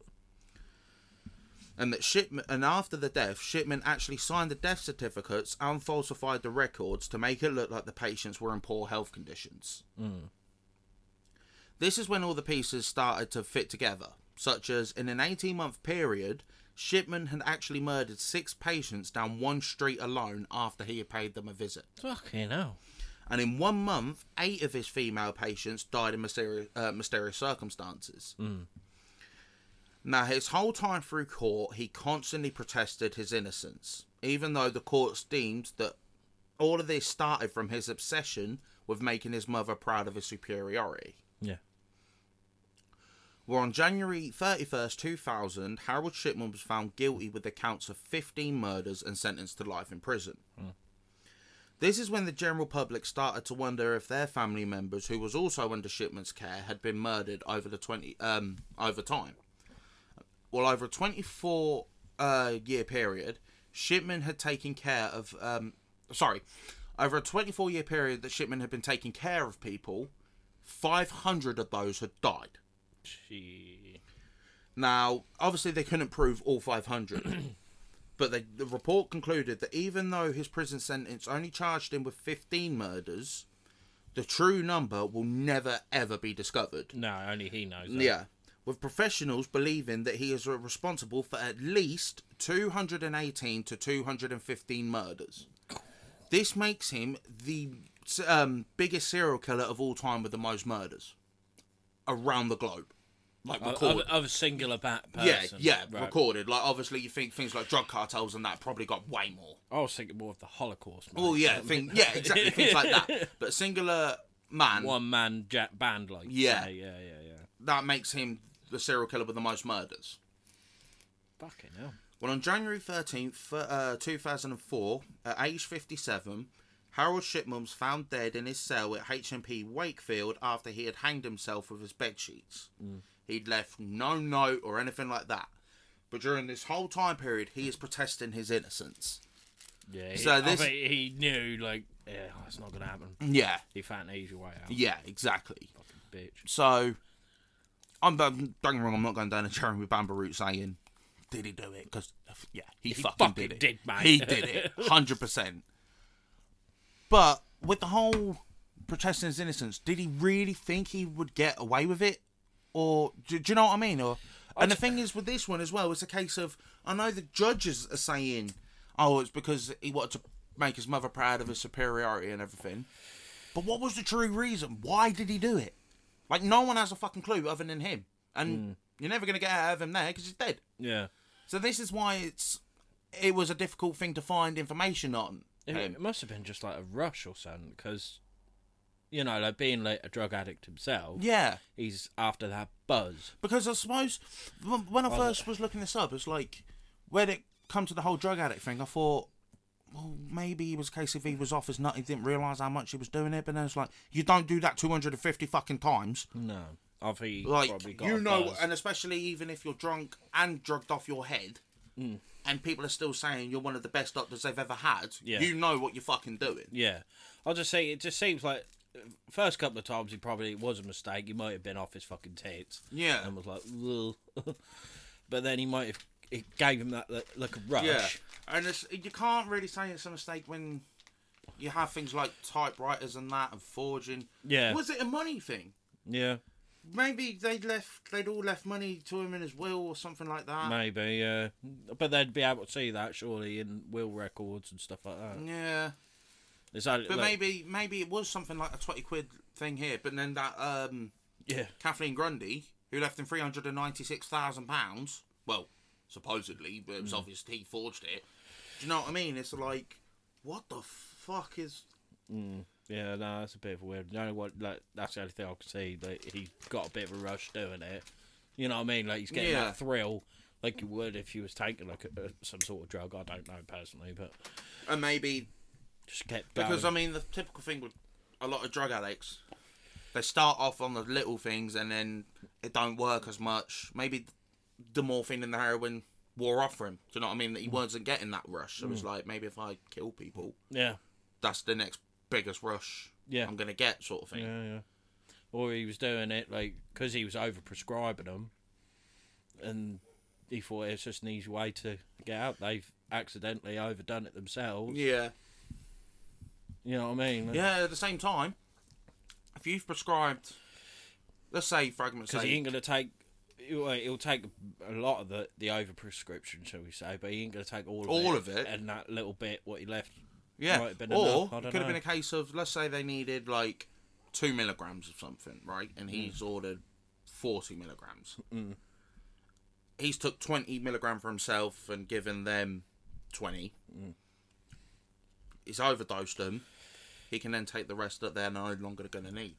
[SPEAKER 2] and that Shipman and after the death, Shipman actually signed the death certificates and falsified the records to make it look like the patients were in poor health conditions. This is when all the pieces started to fit together, such as in an 18 month period, Shipman had actually murdered six patients down one street alone after he had paid them a visit.
[SPEAKER 1] Fucking hell.
[SPEAKER 2] And in one month, eight of his female patients died in mysterious, uh, mysterious circumstances. Now, his whole time through court, he constantly protested his innocence, even though the courts deemed that all of this started from his obsession with making his mother proud of his superiority.
[SPEAKER 1] Yeah.
[SPEAKER 2] Well, on January 31st, 2000, Harold Shipman was found guilty with the counts of 15 murders and sentenced to life in prison. This is when the general public started to wonder if their family members, who was also under Shipman's care, had been murdered over the 20 um, over time. Well, over a 24 uh, year period, Shipman had taken care of um, sorry, over a 24 year period that Shipman had been taking care of people, 500 of those had died.
[SPEAKER 1] She.
[SPEAKER 2] Now, obviously, they couldn't prove all 500, but they, the report concluded that even though his prison sentence only charged him with 15 murders, the true number will never ever be discovered.
[SPEAKER 1] No, only he knows. That.
[SPEAKER 2] Yeah, with professionals believing that he is responsible for at least 218 to 215 murders. This makes him the um, biggest serial killer of all time with the most murders around the globe. Like
[SPEAKER 1] Of,
[SPEAKER 2] recorded.
[SPEAKER 1] of- of a singular bat
[SPEAKER 2] Yeah,
[SPEAKER 1] person.
[SPEAKER 2] yeah,
[SPEAKER 1] Right.
[SPEAKER 2] recorded. Like obviously, you think things like drug cartels and that probably got way more.
[SPEAKER 1] I was thinking more of the Holocaust. mate.
[SPEAKER 2] Well, yeah, thing, yeah, exactly, things like that. But a singular man
[SPEAKER 1] One man jet band, like.
[SPEAKER 2] Yeah.
[SPEAKER 1] say, Yeah, yeah, yeah.
[SPEAKER 2] that makes him the serial killer with the most murders.
[SPEAKER 1] Fucking hell.
[SPEAKER 2] Well, on January thirteenth, uh, two thousand and four, at age fifty-seven, Harold Shipman was found dead in his cell at HMP Wakefield after he had hanged himself with his bed sheets.
[SPEAKER 1] Mm.
[SPEAKER 2] He'd left no note or anything like that. But during this whole time period, he is protesting his innocence.
[SPEAKER 1] Yeah. He,
[SPEAKER 2] So
[SPEAKER 1] I
[SPEAKER 2] this-
[SPEAKER 1] think he knew, like, yeah, it's not gonna happen.
[SPEAKER 2] Yeah,
[SPEAKER 1] He found an easy way out.
[SPEAKER 2] yeah, exactly.
[SPEAKER 1] Bitch.
[SPEAKER 2] So, I'm don't get me wrong. I'm not going down a Jeremy Bamber route saying, "Did he do it?" Because yeah, he, fucking,
[SPEAKER 1] fucking
[SPEAKER 2] did it.
[SPEAKER 1] did, mate.
[SPEAKER 2] He did it, hundred percent. But with the whole protesting his innocence, did he really think he would get away with it, or do, do you know what I mean? Or and the thing is with this one as well, it's a case of I know the judges are saying, "Oh, it's because he wanted to." Make his mother proud of his superiority and everything, but what was the true reason? Why did he do it? Like no one has a fucking clue other than him, and you're never gonna get out of him there because he's dead.
[SPEAKER 1] Yeah.
[SPEAKER 2] So this is why it's it was a difficult thing to find information on.
[SPEAKER 1] It,
[SPEAKER 2] him.
[SPEAKER 1] it must have been just like a rush or something, because, you know, like being like a drug addict himself,
[SPEAKER 2] Yeah,
[SPEAKER 1] he's after that buzz.
[SPEAKER 2] because I suppose when when I first was looking this up, it's like where did it come to the whole drug addict thing? I thought. Well, maybe it was a case if he was off his nut, he didn't realise how much he was doing it. But then it's like, you don't do that 250 fucking times.
[SPEAKER 1] No, I think he probably
[SPEAKER 2] like
[SPEAKER 1] got
[SPEAKER 2] you
[SPEAKER 1] a
[SPEAKER 2] know
[SPEAKER 1] buzz.
[SPEAKER 2] and especially even if you're drunk and drugged off your head
[SPEAKER 1] Mm.
[SPEAKER 2] and people are still saying you're one of the best doctors they've ever had
[SPEAKER 1] Yeah.
[SPEAKER 2] you know what you're fucking doing
[SPEAKER 1] Yeah, I'll just say it just seems like first couple of times he probably it was a mistake. He might have been off his fucking tits.
[SPEAKER 2] Yeah.
[SPEAKER 1] and was like, "Ugh." but then he might have it gave him that look, look of rush.
[SPEAKER 2] yeah and it's, you can't really say it's a mistake when you have things like typewriters and that and forging
[SPEAKER 1] Yeah.
[SPEAKER 2] was it a money thing
[SPEAKER 1] Yeah,
[SPEAKER 2] maybe they'd left they'd all left money to him in his will or something like that
[SPEAKER 1] maybe. Yeah, but they'd be able to see that surely in will records and stuff like that.
[SPEAKER 2] yeah
[SPEAKER 1] It's only,
[SPEAKER 2] but
[SPEAKER 1] look,
[SPEAKER 2] maybe maybe it was something like a 20 quid thing here but then that um
[SPEAKER 1] yeah,
[SPEAKER 2] Kathleen Grundy, who left him three hundred and ninety-six thousand pounds. Well, supposedly, but it was obvious he forged it. Do you know what I mean? It's like what the fuck is
[SPEAKER 1] Mm. Yeah, no, that's a bit of a weird. The only one, like, that's the only thing I can see that he got a bit of a rush doing it. You know what I mean? Like he's getting
[SPEAKER 2] Yeah.
[SPEAKER 1] that thrill, like you would if you was taking like a, some sort of drug. I don't know personally, but
[SPEAKER 2] and maybe
[SPEAKER 1] just kept going.
[SPEAKER 2] because um, I mean the typical thing with a lot of drug addicts, they start off on the little things and then it don't work as much. Maybe the morphine and the heroin wore off for him. Do you know what I mean? That he wasn't getting that rush. So it was like maybe if I kill people,
[SPEAKER 1] yeah,
[SPEAKER 2] that's the next biggest rush
[SPEAKER 1] Yeah.
[SPEAKER 2] I'm gonna get, sort of thing.
[SPEAKER 1] yeah, yeah. Or he was doing it like because he was over prescribing them, and he thought it's just an easy way to get out. They've accidentally overdone it themselves.
[SPEAKER 2] Yeah.
[SPEAKER 1] You know what I mean?
[SPEAKER 2] Yeah, at the same time, if you've prescribed, let's say fragments,
[SPEAKER 1] because
[SPEAKER 2] say,
[SPEAKER 1] he ain't gonna take. He'll, he'll take a lot of the the overprescription, shall we say? But he ain't gonna take all of it,
[SPEAKER 2] All of it?
[SPEAKER 1] and that little bit what he left.
[SPEAKER 2] yeah,
[SPEAKER 1] might have been
[SPEAKER 2] or
[SPEAKER 1] enough, I
[SPEAKER 2] it
[SPEAKER 1] don't
[SPEAKER 2] could have been
[SPEAKER 1] know.
[SPEAKER 2] a case of let's say they needed like two milligrams of something, right? And he's
[SPEAKER 1] Mm.
[SPEAKER 2] ordered forty milligrams. He's took twenty milligram for himself and given them twenty.
[SPEAKER 1] Mm.
[SPEAKER 2] He's overdosed them. He can then take the rest that they're no longer going to need.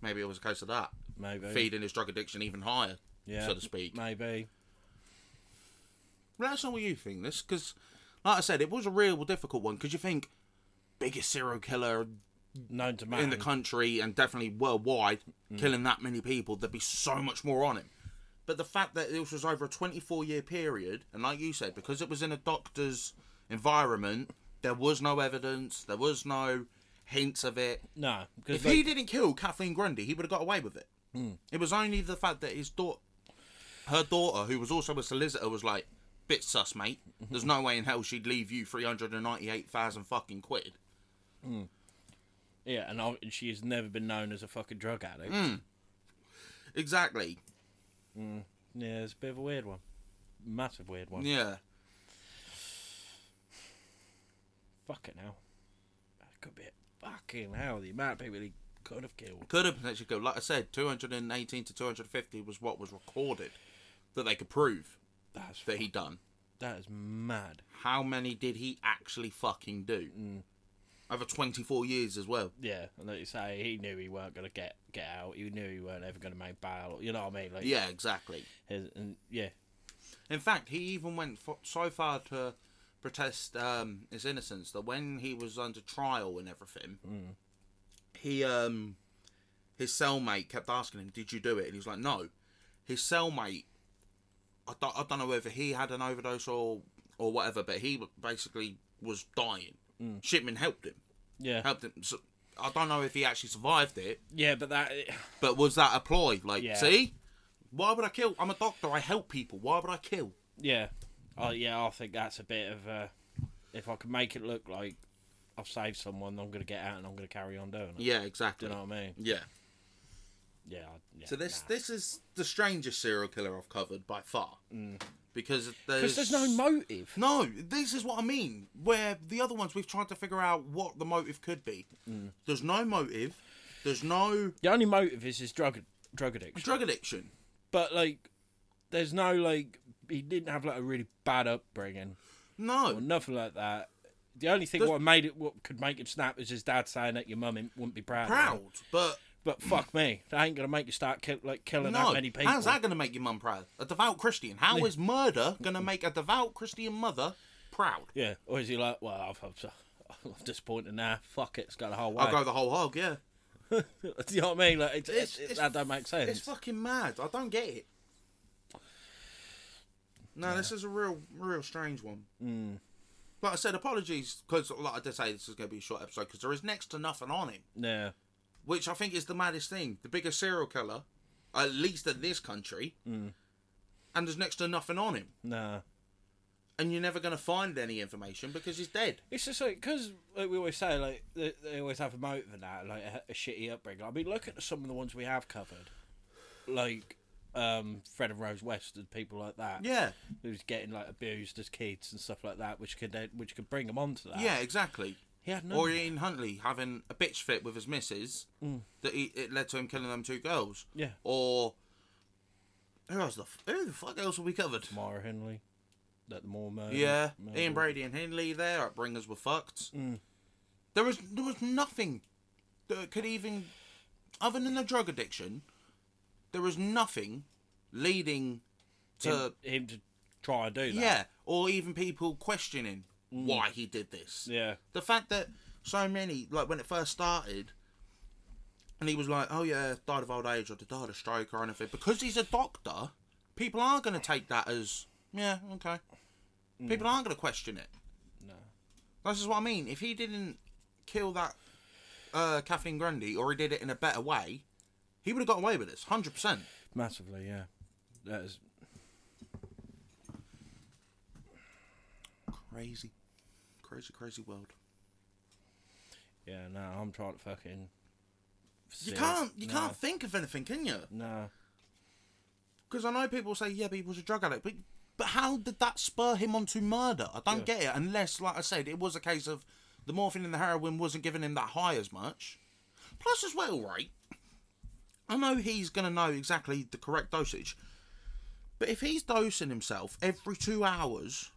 [SPEAKER 2] Maybe it was a case of that,
[SPEAKER 1] Mm. Maybe
[SPEAKER 2] feeding his drug addiction even higher,
[SPEAKER 1] yeah,
[SPEAKER 2] so to speak.
[SPEAKER 1] Maybe
[SPEAKER 2] Let us know what you think this, because, like I said, it was a real difficult one. Because you think biggest serial killer
[SPEAKER 1] known to man.
[SPEAKER 2] in the country and definitely worldwide, killing that many people, there'd be so much more on him. But the fact that this was over a 24 year period, and like you said, because it was in a doctor's environment, there was no evidence, there was no hints of it.
[SPEAKER 1] no, because
[SPEAKER 2] If he didn't kill Kathleen Grundy, he would have got away with it. It was only the fact that his daughter, her daughter, who was also a solicitor, was like, "Bit sus, mate. There's no way in hell she'd leave you three hundred and ninety-eight thousand fucking quid."
[SPEAKER 1] yeah, and I, and she has never been known as a fucking drug addict.
[SPEAKER 2] Mm. Exactly.
[SPEAKER 1] Yeah, it's a bit of a weird one, massive weird one.
[SPEAKER 2] Yeah.
[SPEAKER 1] Fucking hell, that could be fucking hell. The amount of people he could have killed.
[SPEAKER 2] Could have potentially killed. Like I said, two hundred and eighteen to two hundred fifty was what was recorded that they could prove
[SPEAKER 1] That's
[SPEAKER 2] that he done.
[SPEAKER 1] that is mad.
[SPEAKER 2] How many did he actually fucking do? Over twenty-four years as well.
[SPEAKER 1] Yeah, and like you say, he knew he weren't gonna get get out. He knew he weren't ever gonna make bail. You know what I mean? Like,
[SPEAKER 2] Yeah, exactly.
[SPEAKER 1] his- and yeah,
[SPEAKER 2] In fact, he even went fo- so far to protest um, his innocence that when he was under trial and everything, he um, his cellmate kept asking him, "Did you do it?" And he was like, "No." His cellmate, I don't, I don't know whether he had an overdose or or whatever, but he basically was dying. Shipman helped him,
[SPEAKER 1] yeah,
[SPEAKER 2] helped him. So, I don't know if he actually survived it,
[SPEAKER 1] yeah. But that
[SPEAKER 2] but was that a ploy? Like,
[SPEAKER 1] Yeah.
[SPEAKER 2] see, why would I kill? I'm a doctor. I help people. Why would I kill?
[SPEAKER 1] Yeah, I yeah, I think that's a bit of. Uh, if I can make it look like I've saved someone, I'm gonna get out and I'm gonna carry on doing it.
[SPEAKER 2] Yeah,
[SPEAKER 1] Do
[SPEAKER 2] exactly.
[SPEAKER 1] you know what I mean?
[SPEAKER 2] Yeah.
[SPEAKER 1] Yeah. I- yeah
[SPEAKER 2] So this
[SPEAKER 1] nah.
[SPEAKER 2] this is the strangest serial killer I've covered by far. Because there's,
[SPEAKER 1] because Mm. there's no motive.
[SPEAKER 2] No, this is what I mean. Where the other ones we've tried to figure out what the motive could be.
[SPEAKER 1] Mm.
[SPEAKER 2] There's no motive. There's no
[SPEAKER 1] The only motive is his drug drug addiction.
[SPEAKER 2] drug addiction.
[SPEAKER 1] But like, there's no like. He didn't have like a really bad upbringing.
[SPEAKER 2] No.
[SPEAKER 1] or nothing like that. The only thing
[SPEAKER 2] Does-
[SPEAKER 1] what made it what could make him snap is his dad saying that your mum in- wouldn't be proud. of
[SPEAKER 2] Proud,
[SPEAKER 1] you.
[SPEAKER 2] but
[SPEAKER 1] but fuck me, that ain't gonna make you start kill, like killing
[SPEAKER 2] no.
[SPEAKER 1] that many people.
[SPEAKER 2] How's that going to make your mum proud? A devout Christian. How is murder going to make a devout Christian mother proud?
[SPEAKER 1] Yeah, or is he like, well, I've, I've, I've disappointed now. Fuck it, it's got a whole way.
[SPEAKER 2] I'll go the whole hog. Yeah.
[SPEAKER 1] Do you know what I mean? Like, it's,
[SPEAKER 2] It's-
[SPEAKER 1] it's,
[SPEAKER 2] it's-
[SPEAKER 1] that don't make
[SPEAKER 2] It's
[SPEAKER 1] sense.
[SPEAKER 2] fucking mad. I don't get it. No, this is a real, real strange one. Mm. Like I said, apologies because, like I did say, this is going to be a short episode because there is next to nothing on him,
[SPEAKER 1] yeah,
[SPEAKER 2] which I think is the maddest thing. The biggest serial killer, at least in this country, and there's next to nothing on him,
[SPEAKER 1] nah.
[SPEAKER 2] and you're never going to find any information because he's dead.
[SPEAKER 1] It's just like because like we always say, like they, they always have a motive in that, like a, a shitty upbringing. I mean, look at some of the ones we have covered, like um, Fred and Rose West and people like that.
[SPEAKER 2] Yeah,
[SPEAKER 1] who's getting like abused as kids and stuff like that, which could then- which could bring him onto that.
[SPEAKER 2] yeah, exactly.
[SPEAKER 1] he had no.
[SPEAKER 2] Or Ian Huntley having a bitch fit with his missus that he, it led to him killing them two girls.
[SPEAKER 1] Yeah.
[SPEAKER 2] Or who else? The f- who the fuck else will be covered?
[SPEAKER 1] Mara Henley. at the more murder.
[SPEAKER 2] Yeah,
[SPEAKER 1] murder-
[SPEAKER 2] Ian Brady and Henley, their upbringers were fucked. There was there was nothing that could even, other than the drug addiction, there was nothing leading to
[SPEAKER 1] him, him to try and do that.
[SPEAKER 2] yeah, or even people questioning why he did this.
[SPEAKER 1] yeah,
[SPEAKER 2] The fact that so many, like when it first started, and he was like, "Oh yeah, died of old age or died of stroke or anything," because he's a doctor, people are going to take that as yeah, okay. People aren't going to question it.
[SPEAKER 1] Hmm. no,
[SPEAKER 2] This is what I mean. If he didn't kill that uh, Kathleen Grundy, or he did it in a better way, he would have got away with this, hundred percent.
[SPEAKER 1] massively, yeah. That is
[SPEAKER 2] Crazy, crazy, crazy world.
[SPEAKER 1] yeah. No, I'm trying to fucking.
[SPEAKER 2] You
[SPEAKER 1] see it.
[SPEAKER 2] can't, you
[SPEAKER 1] No,
[SPEAKER 2] can't think of anything, can you?
[SPEAKER 1] No,
[SPEAKER 2] Because I know people say, yeah, but he was a drug addict. But, but how did that spur him on to murder? I don't get it. Unless, like I said, it was a case of the morphine and the heroin wasn't giving him that high as much. Plus, as well, right? I know he's going to know exactly the correct dosage. But if he's dosing himself every two hours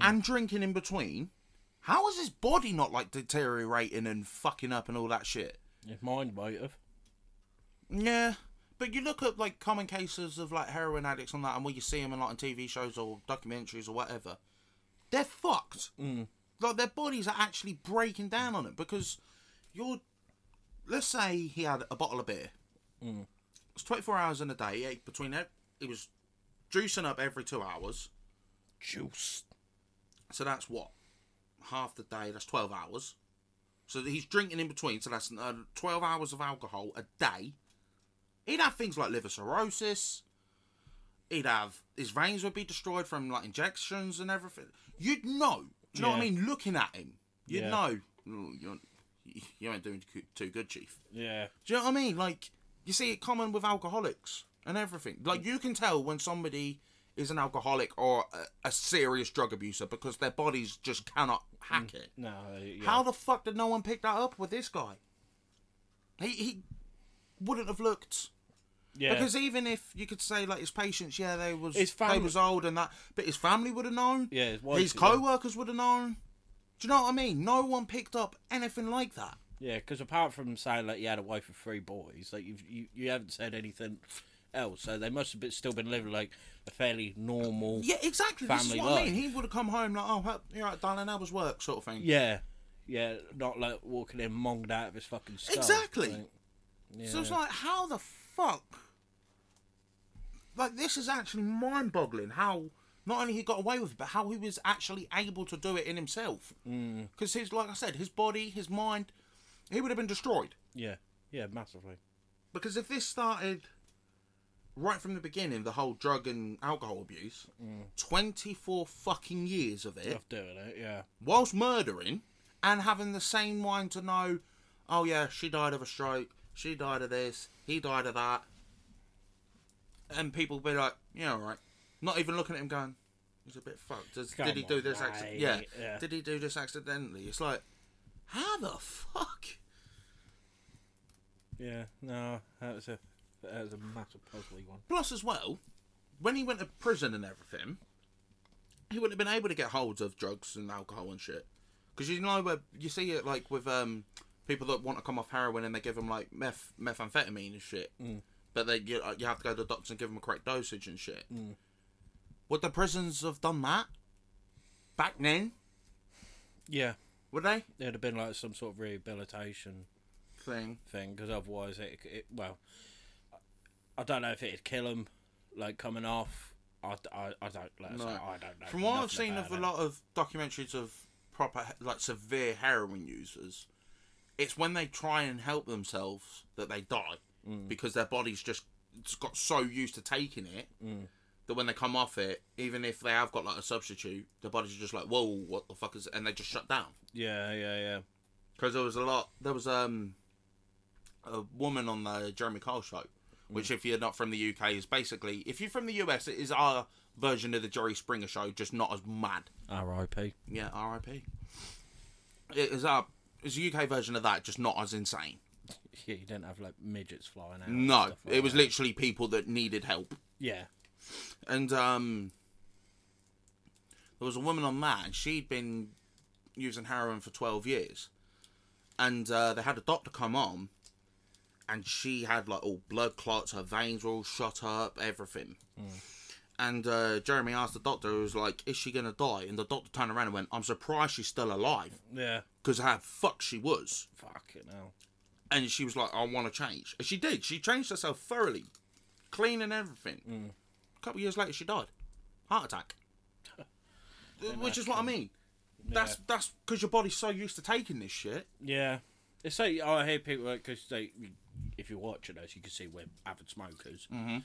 [SPEAKER 2] and drinking in between, how is his body not like deteriorating and fucking up and all that shit?
[SPEAKER 1] his mind might have.
[SPEAKER 2] Yeah, but you look at like common cases of like heroin addicts and that, and where you see them in like on TV shows or documentaries or whatever, they're fucked. Mm. Like their bodies are actually breaking down on it because you're. Let's say he had a bottle of beer. It's twenty four hours in a day. Yeah, between it, he was juicing up every two hours.
[SPEAKER 1] Juice.
[SPEAKER 2] So that's what half the day. That's twelve hours. So he's drinking in between. So that's uh, twelve hours of alcohol a day. He'd have things like liver cirrhosis. He'd have his veins would be destroyed from like injections and everything. You'd know. Do you know what I
[SPEAKER 1] Yeah.
[SPEAKER 2] mean? Looking at him, you'd
[SPEAKER 1] Yeah.
[SPEAKER 2] know. "Ooh, You're, you ain't doing too- too good, chief.
[SPEAKER 1] Yeah,
[SPEAKER 2] Do you know what I mean? Like, you see it common with alcoholics and everything. Like, you can tell when somebody is an alcoholic or a, a serious drug abuser because their bodies just cannot hack it.
[SPEAKER 1] no. Yeah.
[SPEAKER 2] How the fuck did no one pick that up with this guy? He, he wouldn't have looked.
[SPEAKER 1] yeah.
[SPEAKER 2] Because even if you could say like his patients, yeah, they was
[SPEAKER 1] His
[SPEAKER 2] they
[SPEAKER 1] family-
[SPEAKER 2] was old and that, but his family would have known.
[SPEAKER 1] Yeah, his
[SPEAKER 2] his,
[SPEAKER 1] wife-
[SPEAKER 2] co-workers would have known. Do you know what I mean? No one picked up anything like that.
[SPEAKER 1] Yeah, because apart from saying like you had a wife with three boys, like you've, you you haven't said anything else, so they must have been, still been living like a fairly normal.
[SPEAKER 2] Yeah, exactly. This is
[SPEAKER 1] family
[SPEAKER 2] what I mean.
[SPEAKER 1] life.
[SPEAKER 2] He would have come home like, oh, hel- you're right, darling, that was work, sort of thing.
[SPEAKER 1] yeah, yeah, Not like walking in monged out of his fucking skull.
[SPEAKER 2] Exactly.
[SPEAKER 1] like, yeah.
[SPEAKER 2] So it's like, how the fuck? Like, this is actually mind boggling how not only he got away with it, but how he was actually able to do it in himself.
[SPEAKER 1] Mm.
[SPEAKER 2] Because his, like I said, his body, his mind, he would have been destroyed.
[SPEAKER 1] yeah, yeah, massively.
[SPEAKER 2] Because if this started right from the beginning, the whole drug and alcohol abuse,
[SPEAKER 1] Mm.
[SPEAKER 2] 24 fucking years of it.
[SPEAKER 1] Of doing it, yeah,
[SPEAKER 2] whilst murdering and having the same mind to know, oh yeah, she died of a stroke, she died of this, he died of that, and people be like, yeah, all right, not even looking at him going, he's a bit fucked. Does,
[SPEAKER 1] Come
[SPEAKER 2] did he do
[SPEAKER 1] on,
[SPEAKER 2] this
[SPEAKER 1] mate,
[SPEAKER 2] accidentally? Yeah.
[SPEAKER 1] yeah.
[SPEAKER 2] did he do this accidentally? It's like, how the fuck?
[SPEAKER 1] yeah. No, that was a that was a massive puzzly one.
[SPEAKER 2] Plus, as well, when he went to prison and everything, he wouldn't have been able to get holds of drugs and alcohol and shit. Because you know where you see it like with um people that want to come off heroin and they give them like meth methamphetamine and shit, but they you, uh, you have to go to the doctors and give them a correct dosage and shit. Would the prisons have done that back then?
[SPEAKER 1] Yeah,
[SPEAKER 2] Would they?
[SPEAKER 1] there'd have been like some sort of rehabilitation
[SPEAKER 2] Thing.
[SPEAKER 1] thing because otherwise it, it well i don't know if it'd kill him like coming off i, I, I don't like, I say,
[SPEAKER 2] No.
[SPEAKER 1] I don't know
[SPEAKER 2] From what I've
[SPEAKER 1] nothing
[SPEAKER 2] seen of
[SPEAKER 1] about
[SPEAKER 2] a
[SPEAKER 1] it.
[SPEAKER 2] lot of documentaries of proper, like severe heroin users, it's when they try and help themselves that they die
[SPEAKER 1] Mm.
[SPEAKER 2] because their body's just it's got so used to taking it
[SPEAKER 1] Mm.
[SPEAKER 2] that when they come off it, even if they have got like a substitute, their body's just like, whoa, what the fuck is, and they just shut down.
[SPEAKER 1] yeah yeah yeah
[SPEAKER 2] Because there was a lot, there was um a woman on the Jeremy Kyle
[SPEAKER 1] Mm.
[SPEAKER 2] show, which if you're not from the UK is basically if you're from the US, it is our version of the Jerry Springer show, just not as mad.
[SPEAKER 1] r.i.p
[SPEAKER 2] Yeah, R.I.P. It is our it's a UK version of that, just not as insane.
[SPEAKER 1] yeah you didn't have like midgets flying out and
[SPEAKER 2] No,
[SPEAKER 1] stuff like
[SPEAKER 2] it was
[SPEAKER 1] that.
[SPEAKER 2] literally people that needed help,
[SPEAKER 1] yeah
[SPEAKER 2] and um, There was a woman on that, and she'd been using heroin for 12 years. And uh, they had a doctor come on, and she had like all blood clots, her veins were all shot up, everything. And uh, Jeremy asked the doctor, he was like, Is she going to die? And the doctor turned around and went, I'm surprised she's still alive,
[SPEAKER 1] Yeah.
[SPEAKER 2] because how fuck she was.
[SPEAKER 1] Fucking hell.
[SPEAKER 2] And she was like, I want to change. And she did. She changed herself thoroughly, clean and everything.
[SPEAKER 1] Mm.
[SPEAKER 2] A couple years later, she died. Heart attack. Which is what I mean. That's that's because your body's so used to taking this shit.
[SPEAKER 1] Yeah. It's like oh, I hear people because they, if you're watching us, you can see we're avid smokers.
[SPEAKER 2] Mm-hmm.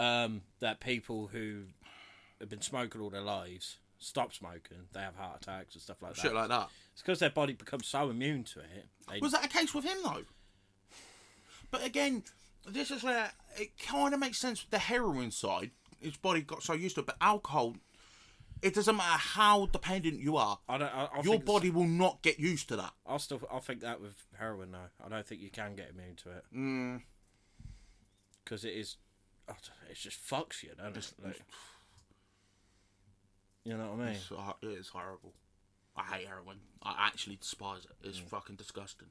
[SPEAKER 1] Um, that people who have been smoking all their lives stop smoking, they have heart attacks and stuff like that.
[SPEAKER 2] Shit like that.
[SPEAKER 1] It's because their body becomes so immune to it. They,
[SPEAKER 2] Was that a case with him though? But again, this is where it kind of makes sense with the heroin side. His body got so used to it, but alcohol, it doesn't matter how dependent you are,
[SPEAKER 1] I don't. I, I
[SPEAKER 2] your
[SPEAKER 1] think it's-
[SPEAKER 2] body will not get used to that.
[SPEAKER 1] I'll still. I'll think that with heroin though. I don't think you can get immune to it.
[SPEAKER 2] Mm.
[SPEAKER 1] Because it is. I don't- It's just fucks you, don't it? Like, you know what I mean?
[SPEAKER 2] It's, hor- it is horrible. I hate heroin. I actually despise it. It's fucking disgusting.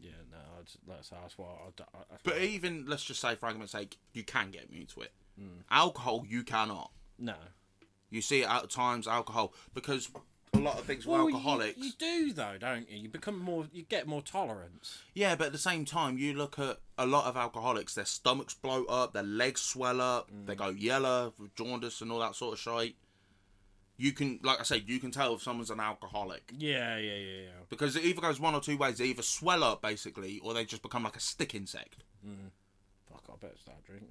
[SPEAKER 1] Yeah, no. I just, that's that's why. I, don't- I, I,
[SPEAKER 2] But even let's just say, for argument's sake, you can get immune to it.
[SPEAKER 1] Mm.
[SPEAKER 2] Alcohol, you cannot.
[SPEAKER 1] no.
[SPEAKER 2] You see it at times alcohol because a lot of things with
[SPEAKER 1] Well, you-
[SPEAKER 2] alcoholics.
[SPEAKER 1] You, do though, don't you? You become more. You get more tolerance.
[SPEAKER 2] Yeah, but at the same time, you look at a lot of alcoholics, their stomachs blow up, their legs swell up,
[SPEAKER 1] Mm.
[SPEAKER 2] they go yellow, with jaundice, and all that sort of shit. You can, like I said, you can tell if someone's an alcoholic
[SPEAKER 1] Yeah, yeah, yeah, yeah.
[SPEAKER 2] because it either goes one or two ways. They either swell up, basically, or they just become like a stick insect.
[SPEAKER 1] Fuck! I better start drinking.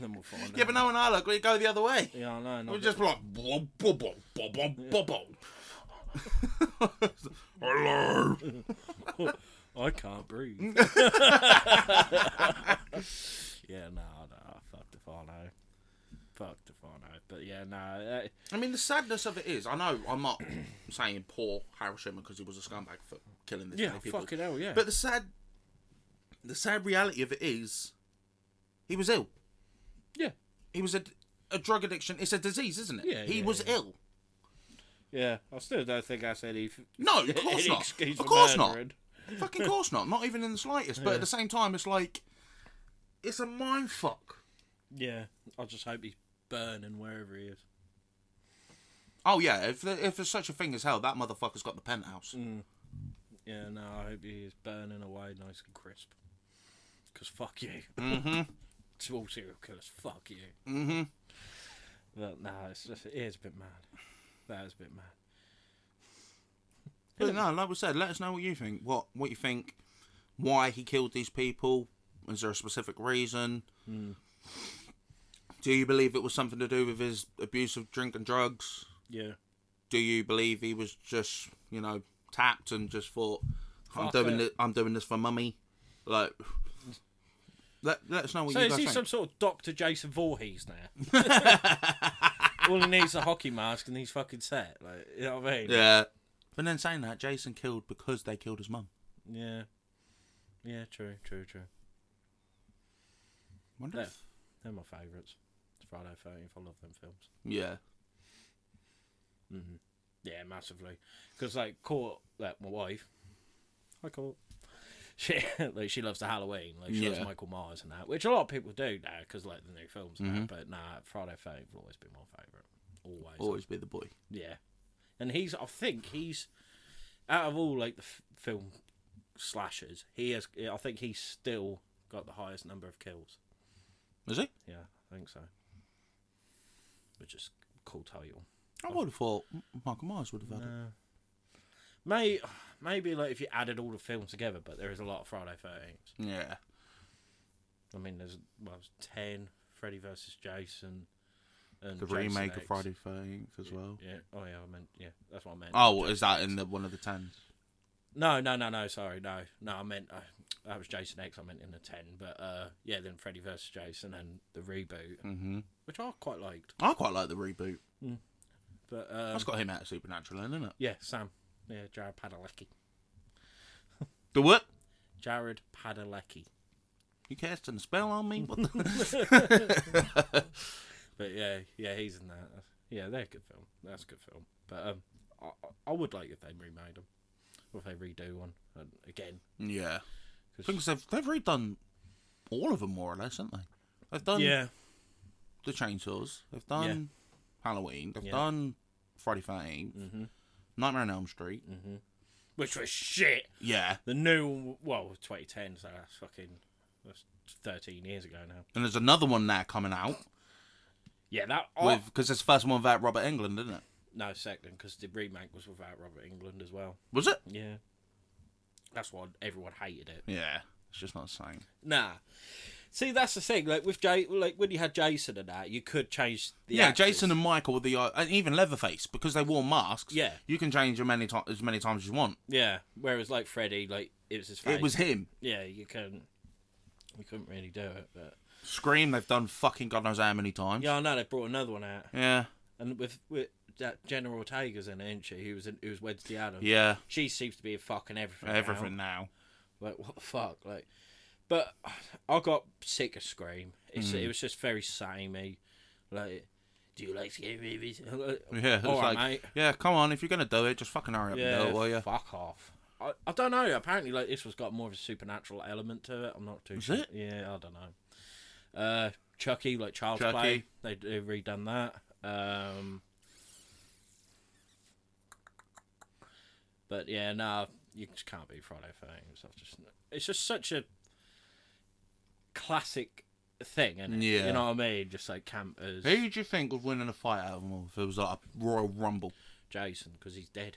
[SPEAKER 1] then we'll find
[SPEAKER 2] Yeah,
[SPEAKER 1] out.
[SPEAKER 2] but no one I look, we go the other way.
[SPEAKER 1] yeah, I know. and I'll
[SPEAKER 2] We're
[SPEAKER 1] get-
[SPEAKER 2] just like, bubble, bubble, bubble, bubble. Hello.
[SPEAKER 1] I can't breathe. yeah, no, no, fuck the Fano. Fuck the Fano. But yeah, no, uh,
[SPEAKER 2] I mean, the sadness of it is, I know I'm not saying poor Harry Sherman because he was a scumbag for killing this
[SPEAKER 1] yeah,
[SPEAKER 2] many people.
[SPEAKER 1] fucking hell, yeah.
[SPEAKER 2] But the sad, the sad reality of it is, he was ill.
[SPEAKER 1] yeah,
[SPEAKER 2] He was a, a drug addiction. It's a disease, isn't it?
[SPEAKER 1] Yeah,
[SPEAKER 2] He
[SPEAKER 1] yeah,
[SPEAKER 2] was
[SPEAKER 1] yeah.
[SPEAKER 2] ill.
[SPEAKER 1] yeah. I still don't think that's any. f-
[SPEAKER 2] No, of course
[SPEAKER 1] any
[SPEAKER 2] not.
[SPEAKER 1] excuse
[SPEAKER 2] Of
[SPEAKER 1] for
[SPEAKER 2] course not.
[SPEAKER 1] murdering.
[SPEAKER 2] Fucking course not. Not even in the slightest. But at the same time, it's like, it's a mind fuck.
[SPEAKER 1] Yeah, I just hope he's burning wherever he is.
[SPEAKER 2] Oh yeah, if there, if there's such a thing as hell, that motherfucker's got the penthouse.
[SPEAKER 1] Yeah, no, I hope he is burning away nice and crisp. Because fuck you.
[SPEAKER 2] Mm-hmm.
[SPEAKER 1] to all serial killers, fuck you. Mm-hmm. But no, it's just, it is a bit mad. That is a bit mad.
[SPEAKER 2] But no, like we said, let us know what you think. What what you think? Why he killed these people? Is there a specific reason? Do you believe it was something to do with his abuse of drink and drugs?
[SPEAKER 1] Yeah.
[SPEAKER 2] Do you believe he was just you know tapped and just thought I'm
[SPEAKER 1] Fuck
[SPEAKER 2] doing
[SPEAKER 1] it.
[SPEAKER 2] this, I'm doing this for mummy? Like, let let us know what
[SPEAKER 1] So
[SPEAKER 2] you
[SPEAKER 1] is
[SPEAKER 2] guys
[SPEAKER 1] he
[SPEAKER 2] think.
[SPEAKER 1] some sort of Doctor Jason Voorhees now? All he needs is a hockey mask and he's fucking set. Like, you know what I mean?
[SPEAKER 2] Yeah. But then saying that, Jason killed because they killed his mum.
[SPEAKER 1] Yeah. Yeah, true, true, true.
[SPEAKER 2] Wonder
[SPEAKER 1] Yeah.
[SPEAKER 2] if-
[SPEAKER 1] They're my favourites. It's Friday Thirteenth. I love them films.
[SPEAKER 2] Yeah.
[SPEAKER 1] Yeah, massively. Because like Court, like my wife. Hi, Court. She like she loves the Halloween. Like she
[SPEAKER 2] Yeah.
[SPEAKER 1] loves Michael Myers and that, which a lot of people do now because like the new films. and that, But nah, Friday Thirteenth will always be my favourite. Always.
[SPEAKER 2] Always be the boy.
[SPEAKER 1] Yeah, and he's. I think he's out of all like the f- film slashers. He has. I think he's still got the highest number of kills.
[SPEAKER 2] Is he?
[SPEAKER 1] Yeah, I think so. Which is cool title.
[SPEAKER 2] I would have thought Michael Myers would have had it.
[SPEAKER 1] Uh, May maybe like if you added all the films together, but there is a lot of Friday Thirteenth.
[SPEAKER 2] Yeah.
[SPEAKER 1] I mean, there's well, there's ten Freddy versus Jason. And
[SPEAKER 2] The
[SPEAKER 1] Jason
[SPEAKER 2] remake of
[SPEAKER 1] X.
[SPEAKER 2] Friday the 13th as well.
[SPEAKER 1] Yeah. Oh yeah, I meant yeah. That's what I meant.
[SPEAKER 2] Oh, is that in the one of the tens?
[SPEAKER 1] No, no, no, no. Sorry, no, no. I meant uh, that was Jason X. I meant in the ten, but uh, yeah, then Freddy versus Jason and the reboot,
[SPEAKER 2] Mm-hmm.
[SPEAKER 1] which I quite liked.
[SPEAKER 2] I quite like the
[SPEAKER 1] Um,
[SPEAKER 2] reboot.
[SPEAKER 1] But uh,
[SPEAKER 2] That's got him out of Supernatural, isn't it?
[SPEAKER 1] yeah, Sam, yeah, Jared Padalecki,
[SPEAKER 2] The what?
[SPEAKER 1] Jared Padalecki.
[SPEAKER 2] You casting a spell on me? What the-
[SPEAKER 1] But But yeah, yeah, he's in that. Yeah, they're a good film. That's a good film. But um, I, I would like if they remade them, or if they redo one uh, again.
[SPEAKER 2] Yeah.
[SPEAKER 1] 'cause-
[SPEAKER 2] Because they've they've redone all of them more or less, haven't they? They've done
[SPEAKER 1] yeah,
[SPEAKER 2] the chainsaws. They've done Halloween. They've
[SPEAKER 1] Yeah. Mm-hmm.
[SPEAKER 2] done Friday 13th Nightmare on Elm Street.
[SPEAKER 1] Mm. which was shit.
[SPEAKER 2] Yeah.
[SPEAKER 1] The new one, well, 2010, so that's fucking that's 13 years ago now.
[SPEAKER 2] And there's another one now coming out
[SPEAKER 1] Yeah, that I,
[SPEAKER 2] with because it's the first one without Robert England, isn't it?
[SPEAKER 1] no second because the remake was without Robert England as well.
[SPEAKER 2] Was it?
[SPEAKER 1] Yeah, that's why everyone hated it.
[SPEAKER 2] Yeah. It's just not the same.
[SPEAKER 1] Nah. See, that's the thing. Like with Jay, like when you had Jason and that, you could change the.
[SPEAKER 2] Yeah,
[SPEAKER 1] actors.
[SPEAKER 2] Jason and Michael were the uh, and even Leatherface because they wore masks.
[SPEAKER 1] Yeah.
[SPEAKER 2] you can change them many times as many times as you want.
[SPEAKER 1] Yeah, whereas like Freddy, like it was his face.
[SPEAKER 2] It was him.
[SPEAKER 1] Yeah, you couldn't. You couldn't really do it, but
[SPEAKER 2] Scream. They've done fucking God knows how many times.
[SPEAKER 1] yeah, I know they brought another one out,
[SPEAKER 2] Yeah.
[SPEAKER 1] and with with that General Ortega's in it, isn't she? Who was in, who was Wednesday Adams.
[SPEAKER 2] Yeah.
[SPEAKER 1] She seems to be in fucking everything. now.
[SPEAKER 2] Everything now.
[SPEAKER 1] Like what the fuck? Like, but I got sick of Scream. It's,
[SPEAKER 2] Mm.
[SPEAKER 1] It was just very samey. Like, do you like scary movies?
[SPEAKER 2] Yeah. It's
[SPEAKER 1] All right,
[SPEAKER 2] like,
[SPEAKER 1] mate.
[SPEAKER 2] yeah. Come on, if you're gonna do it, just fucking hurry up and do
[SPEAKER 1] Yeah,
[SPEAKER 2] it, will you?
[SPEAKER 1] fuck off. I, I don't know. Apparently, like this was got more of a supernatural element to it. I'm not too sure.
[SPEAKER 2] it?
[SPEAKER 1] Yeah, I don't know. Uh, Chucky, like Child's
[SPEAKER 2] Chucky.
[SPEAKER 1] Play, they they've redone that. Um, but yeah, no, you just can't be Friday Things. I've just it's just such a classic thing, and
[SPEAKER 2] Yeah.
[SPEAKER 1] you know what I mean. Just like campers,
[SPEAKER 2] Who do you think would win in a fight out of them all if it was like a Royal Rumble?
[SPEAKER 1] Jason, because he's dead.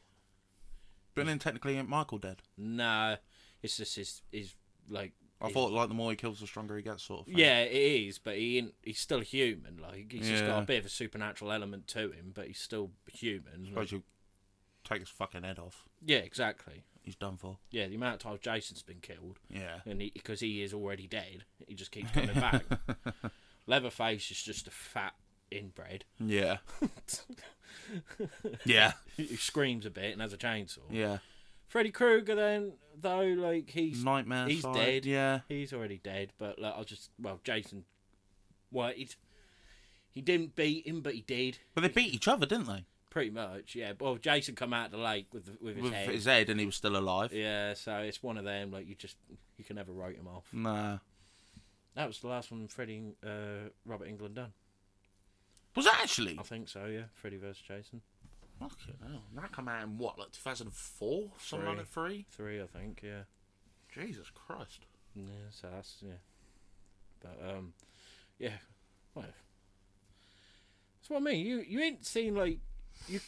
[SPEAKER 2] But then technically, ain't Michael dead?
[SPEAKER 1] No, it's just his his like
[SPEAKER 2] I thought like the more he kills, the stronger he gets, sort of. Thing.
[SPEAKER 1] Yeah, it is, but he ain't, he's still human. Like he's just got
[SPEAKER 2] Yeah.
[SPEAKER 1] a bit of a supernatural element to him, but he's still human. Like,
[SPEAKER 2] Suppose you take his fucking head off.
[SPEAKER 1] yeah, exactly.
[SPEAKER 2] He's done for.
[SPEAKER 1] Yeah, the amount of times Jason's been killed,
[SPEAKER 2] Yeah.
[SPEAKER 1] and because he, is already dead, he just keeps coming back. Leatherface is just a fat inbred.
[SPEAKER 2] Yeah. yeah.
[SPEAKER 1] He screams a bit and has a chainsaw.
[SPEAKER 2] Yeah.
[SPEAKER 1] Freddy Krueger, then though, like he's
[SPEAKER 2] Nightmare.
[SPEAKER 1] he's
[SPEAKER 2] side.
[SPEAKER 1] dead.
[SPEAKER 2] Yeah.
[SPEAKER 1] He's already dead, but like, I just well, Jason, well, he he didn't beat him, but he did.
[SPEAKER 2] But they beat each other, didn't they?
[SPEAKER 1] Pretty much, yeah. Well, Jason come out of the lake with the- with his
[SPEAKER 2] With
[SPEAKER 1] head.
[SPEAKER 2] his head, and he was still alive.
[SPEAKER 1] Yeah, so it's one of them. Like you just you can never write him off.
[SPEAKER 2] Nah.
[SPEAKER 1] That was the last one Freddie uh, Robert England done.
[SPEAKER 2] Was that actually?
[SPEAKER 1] I think so. Yeah, Freddie versus Jason
[SPEAKER 2] Fucking hell. That come out in what, like 2004? Something like that, three?
[SPEAKER 1] three, I think. Yeah,
[SPEAKER 2] Jesus Christ.
[SPEAKER 1] yeah. So that's yeah. But um, yeah. Well, that's what I mean. You you ain't seen like you. c-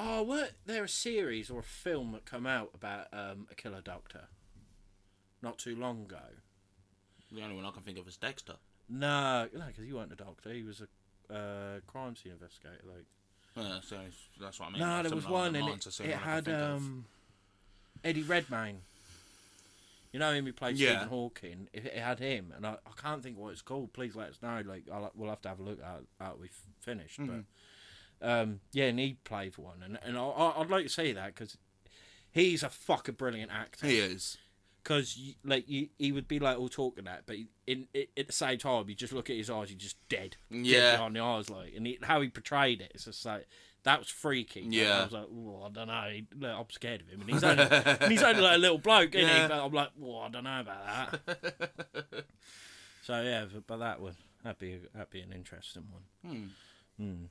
[SPEAKER 1] Oh, weren't there a series or a film that come out about um, a killer doctor? Not too long ago.
[SPEAKER 2] The only one I can think of is Dexter.
[SPEAKER 1] No, no, because he weren't a doctor. He was a uh, crime scene investigator. Like,
[SPEAKER 2] Yeah, so that's what I mean.
[SPEAKER 1] no,
[SPEAKER 2] Like,
[SPEAKER 1] there was
[SPEAKER 2] similar
[SPEAKER 1] one, and
[SPEAKER 2] lines
[SPEAKER 1] it,
[SPEAKER 2] to
[SPEAKER 1] it
[SPEAKER 2] similar I can
[SPEAKER 1] had
[SPEAKER 2] think of.
[SPEAKER 1] um, Eddie Redmayne. You know him who played
[SPEAKER 2] Yeah.
[SPEAKER 1] Stephen Hawking. It, it had him, and I, I can't think what it's called. Please let us know. Like, I'll, we'll have to have a look at it after we've finished.
[SPEAKER 2] Mm-hmm.
[SPEAKER 1] But um, yeah, and he played one, and and I, I, I'd like to say that because he's a fucking brilliant actor
[SPEAKER 2] He is.
[SPEAKER 1] because like you, he would be like all talking that, but in, i at the same time, you just look at his eyes, you're just dead. Dead
[SPEAKER 2] Yeah.
[SPEAKER 1] behind the eyes, like, and he, how he portrayed it, it's just like that was freaky. Like,
[SPEAKER 2] Yeah.
[SPEAKER 1] I was like, oh, I don't know. I'm scared of him, and he's only, and he's only like a little bloke, isn't
[SPEAKER 2] Yeah.
[SPEAKER 1] he? But I'm like, oh, I don't know about that. so yeah, but, but that would that'd be that'd be an interesting one.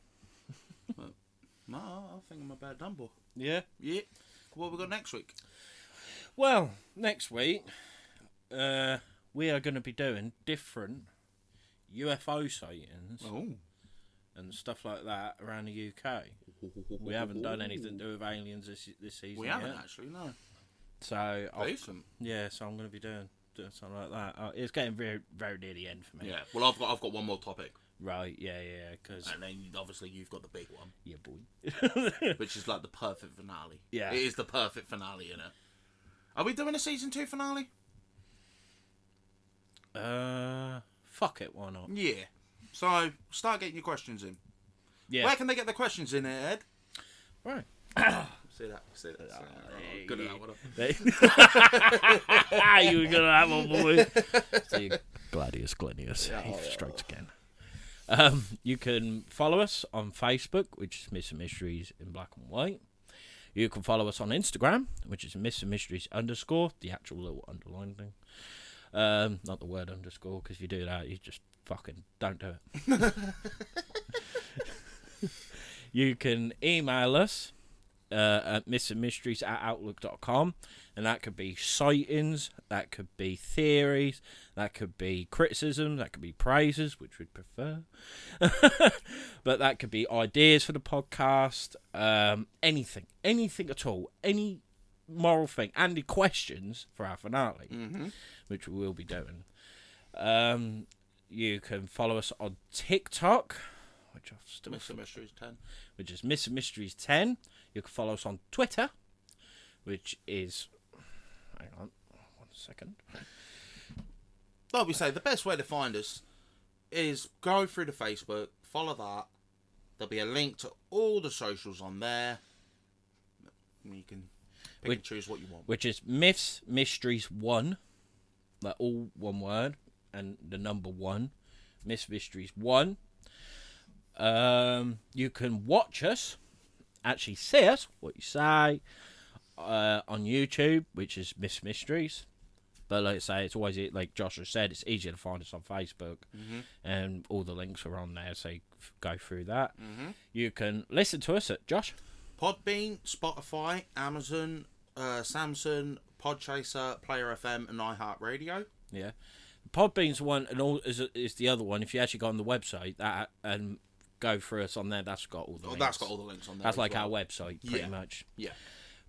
[SPEAKER 2] No, I think I'm about done, boy.
[SPEAKER 1] Yeah.
[SPEAKER 2] Yeah. What we got next week?
[SPEAKER 1] Well, next week, uh, we are going to be doing different UFO sightings.
[SPEAKER 2] Oh.
[SPEAKER 1] and stuff like that around the UK. We haven't done anything to do with aliens this this season.
[SPEAKER 2] We haven't
[SPEAKER 1] yet. Oh,
[SPEAKER 2] actually, no.
[SPEAKER 1] So I'll,
[SPEAKER 2] Decent.
[SPEAKER 1] yeah, so I'm going to be doing doing something like that. Uh, it's getting very very near the end for me.
[SPEAKER 2] Yeah. Well, I've got I've got one more topic,
[SPEAKER 1] Right. Yeah. Yeah. Because
[SPEAKER 2] and then obviously you've got the big one,
[SPEAKER 1] yeah, boy.
[SPEAKER 2] which is like the perfect finale.
[SPEAKER 1] Yeah.
[SPEAKER 2] It is the perfect finale, in it. Are we doing a season two finale?
[SPEAKER 1] uh, fuck it. Why not?
[SPEAKER 2] Yeah. So start getting your questions in.
[SPEAKER 1] Yeah.
[SPEAKER 2] Where can they get their questions in, Ed?
[SPEAKER 1] Right.
[SPEAKER 2] See that? See that?
[SPEAKER 1] Ah,
[SPEAKER 2] See that. Good at that one.
[SPEAKER 1] you were gonna have one, boy. See, Gladius Glenius. he strikes again. Um, you can follow us on Facebook, which is Missing Mysteries in Black and White. You can follow us on Instagram, which is Missing Mysteries underscore, the actual little underline thing. Um, not the word underscore, because if you do that, you just fucking don't do it. you can email us uh, at mysteries at outlook.com, and that could be sightings, that could be theories, that could be criticism, that could be praises, which we'd prefer, but that could be ideas for the podcast, um, anything, anything at all, any moral thing, and the questions for our finale, which we will be doing. Um, you can follow us on TikTok, which I've still
[SPEAKER 2] Mr. Mysteries 10.
[SPEAKER 1] which is Miss Mysteries 10. You can follow us on Twitter, which is. Hang on one second.
[SPEAKER 2] Like we say, the best way to find us is go through the Facebook, follow that. There'll be a link to all the socials on there. You can pick and
[SPEAKER 1] Which-
[SPEAKER 2] choose what you want.
[SPEAKER 1] Which is Myths Mysteries 1. Like all one word and the number 1. Miss Mysteries 1. Um, you can watch us, actually see us, what you say, uh, on YouTube, which is Miss Mysteries. But like I say, it's always like Josh has said, it's easier to find us on Facebook, and all the links are on there, so you f- go through that. You can listen to us at Josh.
[SPEAKER 2] Podbean, Spotify, Amazon, uh, Samsung, Podchaser, Player FM, and iHeartRadio.
[SPEAKER 1] Yeah, Podbean's one, and all is is the other one. If you actually go on the website that and go through us on there, that's got all the.
[SPEAKER 2] Oh,
[SPEAKER 1] links.
[SPEAKER 2] that's got all the links on there.
[SPEAKER 1] That's
[SPEAKER 2] as
[SPEAKER 1] like
[SPEAKER 2] well.
[SPEAKER 1] our website, pretty
[SPEAKER 2] Yeah.
[SPEAKER 1] much.
[SPEAKER 2] Yeah.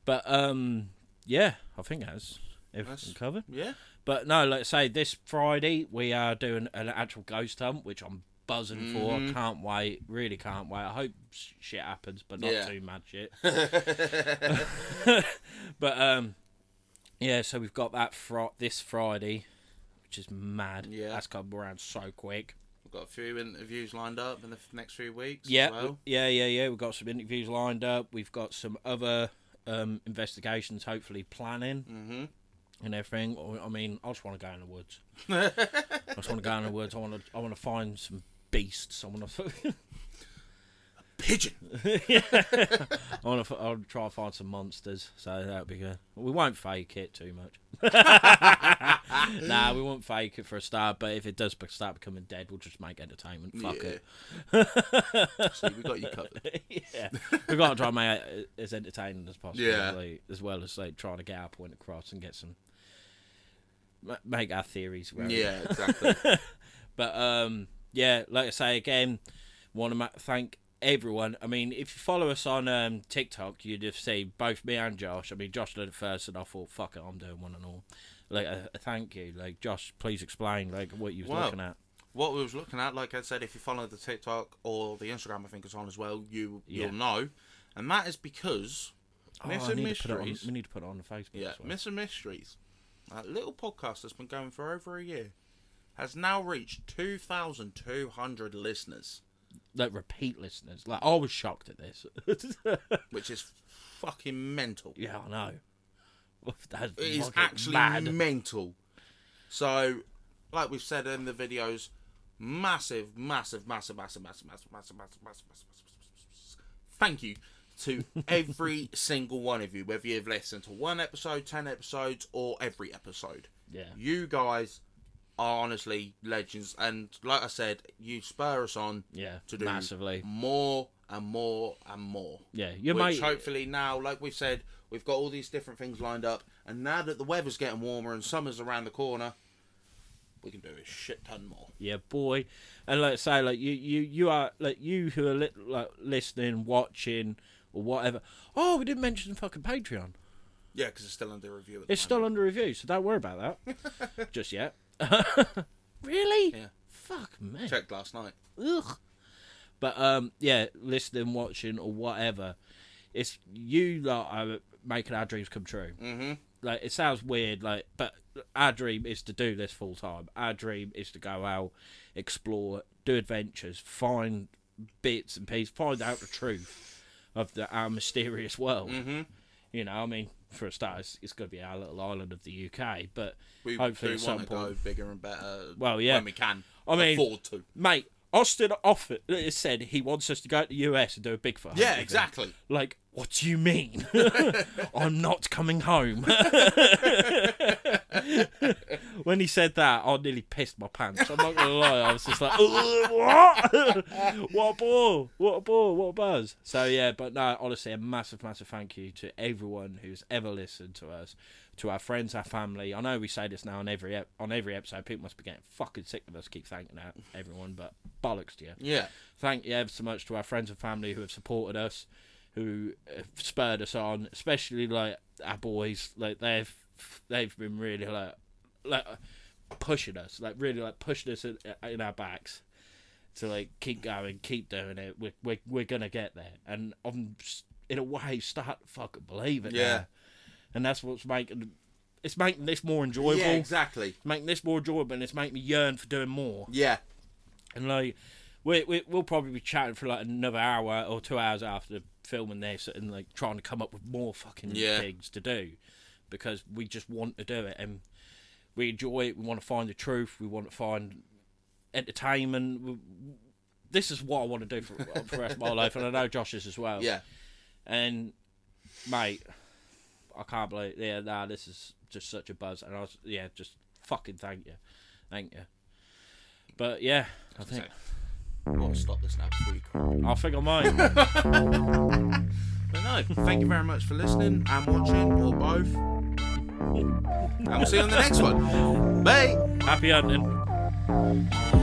[SPEAKER 1] But um, yeah, I think that's everything
[SPEAKER 2] That's-
[SPEAKER 1] covered.
[SPEAKER 2] Yeah.
[SPEAKER 1] But no, let's say this Friday we are doing an actual ghost hunt, which I'm buzzing
[SPEAKER 2] Mm-hmm.
[SPEAKER 1] for. Can't wait, really can't wait. I hope s- shit happens, but not
[SPEAKER 2] Yeah.
[SPEAKER 1] too mad shit. but um, yeah. So we've got that fr- this Friday, which is mad.
[SPEAKER 2] Yeah.
[SPEAKER 1] that's come around so quick.
[SPEAKER 2] We've got a few interviews lined up in the f- next few weeks.
[SPEAKER 1] Yeah,
[SPEAKER 2] As well.
[SPEAKER 1] yeah, yeah, yeah. We've got some interviews lined up. We've got some other um, investigations, hopefully planning and everything. I- I mean, I just want to go in the woods. I just want to go in the woods. I want to. I want to find some beasts. I want to.
[SPEAKER 2] Pigeon.
[SPEAKER 1] I want to. I'll try and find some monsters. So that'll be good. We won't fake it too much. nah, we won't fake it for a start. But if it does be- start becoming dead, we'll just make entertainment. Fuck
[SPEAKER 2] yeah.
[SPEAKER 1] it.
[SPEAKER 2] See, we got you covered.
[SPEAKER 1] yeah, we've got to try and make it as entertaining as possible.
[SPEAKER 2] Yeah.
[SPEAKER 1] like, as well as like trying to get our point across and get some ma- make our theories. relevant.
[SPEAKER 2] Yeah, exactly.
[SPEAKER 1] but um, yeah, like I say again, want to ma- thank everyone. I mean, if you follow us on um TikTok, you'd have seen both me and Josh. I mean, Josh did it first, and I thought, fuck it, I'm doing one and all. Like, uh, thank you. Like, Josh, please explain like what you was
[SPEAKER 2] Well,
[SPEAKER 1] looking at.
[SPEAKER 2] what we was looking at, like I said, if you follow the TikTok or the Instagram, I think it's on as well, you
[SPEAKER 1] Yeah.
[SPEAKER 2] you'll know, and that is because
[SPEAKER 1] Oh,
[SPEAKER 2] Myths
[SPEAKER 1] I
[SPEAKER 2] and
[SPEAKER 1] need to put it on,
[SPEAKER 2] Mysteries.
[SPEAKER 1] we need to put it on the Facebook.
[SPEAKER 2] yeah,
[SPEAKER 1] as well.
[SPEAKER 2] Myths and Mysteries, that little podcast that's been going for over a year, has now reached two thousand two hundred listeners,
[SPEAKER 1] like repeat listeners. Like I was shocked at this.
[SPEAKER 2] which is fucking mental.
[SPEAKER 1] yeah, I know. That's
[SPEAKER 2] It is
[SPEAKER 1] fucking
[SPEAKER 2] actually
[SPEAKER 1] mad.
[SPEAKER 2] mental. So, like we've said in the videos, massive, massive, massive, massive, massive, massive, massive, massive, massive, massive, massive. Thank you to every single one of you, whether you've listened to one episode, ten episodes, or every episode.
[SPEAKER 1] Yeah.
[SPEAKER 2] You guys are honestly legends, and like I said, you spur us on
[SPEAKER 1] Yeah,
[SPEAKER 2] to do
[SPEAKER 1] massively.
[SPEAKER 2] more and more and more.
[SPEAKER 1] Yeah, you
[SPEAKER 2] Which
[SPEAKER 1] might.
[SPEAKER 2] hopefully now, like we've said, we've got all these different things lined up, and now that the weather's getting warmer and summer's around the corner, we can do a shit ton more.
[SPEAKER 1] yeah, boy. And like I say, like you, you, you are like you who are li- like listening, watching, or whatever. Oh, we didn't mention fucking Patreon.
[SPEAKER 2] Yeah, because it's still under review. At the
[SPEAKER 1] It's
[SPEAKER 2] moment.
[SPEAKER 1] still under review, so don't worry about that just yet. really?
[SPEAKER 2] Yeah.
[SPEAKER 1] Fuck me.
[SPEAKER 2] checked last night.
[SPEAKER 1] Ugh. But um, yeah, listening, watching, or whatever, it's you that are making our dreams come true. Mm-hmm. Like it sounds weird, like but our dream is to do this full time. Our dream is to go out, explore, do adventures, find bits and pieces, find out the truth of the, our mysterious world. Mm-hmm. You know, I mean, for a start, it's, it's going to be our little island of the UK, but
[SPEAKER 2] We
[SPEAKER 1] hopefully
[SPEAKER 2] do
[SPEAKER 1] at some
[SPEAKER 2] want to
[SPEAKER 1] point
[SPEAKER 2] go bigger and better.
[SPEAKER 1] Well, yeah.
[SPEAKER 2] when we can.
[SPEAKER 1] I mean-
[SPEAKER 2] afford to.
[SPEAKER 1] mate. Austin offered, said he wants us to go to the US and do a big fight.
[SPEAKER 2] Yeah,
[SPEAKER 1] with him.
[SPEAKER 2] exactly.
[SPEAKER 1] Like, what do you mean? I'm not coming home. when he said that, I nearly pissed my pants. I'm not gonna lie. I was just like, "Ugh, what? what a ball! What a ball! What a buzz! So yeah, but no, honestly, a massive, massive thank you to everyone who's ever listened to us, to our friends, our family. I know we say this now on every ep- on every episode. People must be getting fucking sick of us keep thanking out everyone, but bollocks to you
[SPEAKER 2] Yeah.
[SPEAKER 1] thank you ever so much to our friends and family who have supported us, who have spurred us on, especially like our boys. Like they've they've been really like like pushing us, like really like pushing us in, in our backs to like keep going, keep doing it. We're we're, we're gonna get there, and I'm s- in a way start to fucking believe it.
[SPEAKER 2] Yeah.
[SPEAKER 1] now. and that's what's making it's making this more enjoyable.
[SPEAKER 2] Yeah, exactly.
[SPEAKER 1] Making this more enjoyable, and it's making me yearn for doing more.
[SPEAKER 2] Yeah.
[SPEAKER 1] And like, we, we we'll probably be chatting for like another hour or two hours after filming this, and like trying to come up with more fucking
[SPEAKER 2] Yeah.
[SPEAKER 1] things to do, because we just want to do it and we enjoy it. We want to find the truth. We want to find entertainment. We- This is what I want to do for, for the rest of my life, and I know Josh is as well.
[SPEAKER 2] Yeah.
[SPEAKER 1] And mate, I can't believe yeah, nah, this is just such a buzz and I was yeah, just fucking thank you. Thank you. But yeah, I think
[SPEAKER 2] I want to stop this now before you come.
[SPEAKER 1] I think I might.
[SPEAKER 2] But no, thank you very much for listening and watching, or both. and we'll see you on the next one. Bye.
[SPEAKER 1] Happy hunting.
[SPEAKER 2] Bye.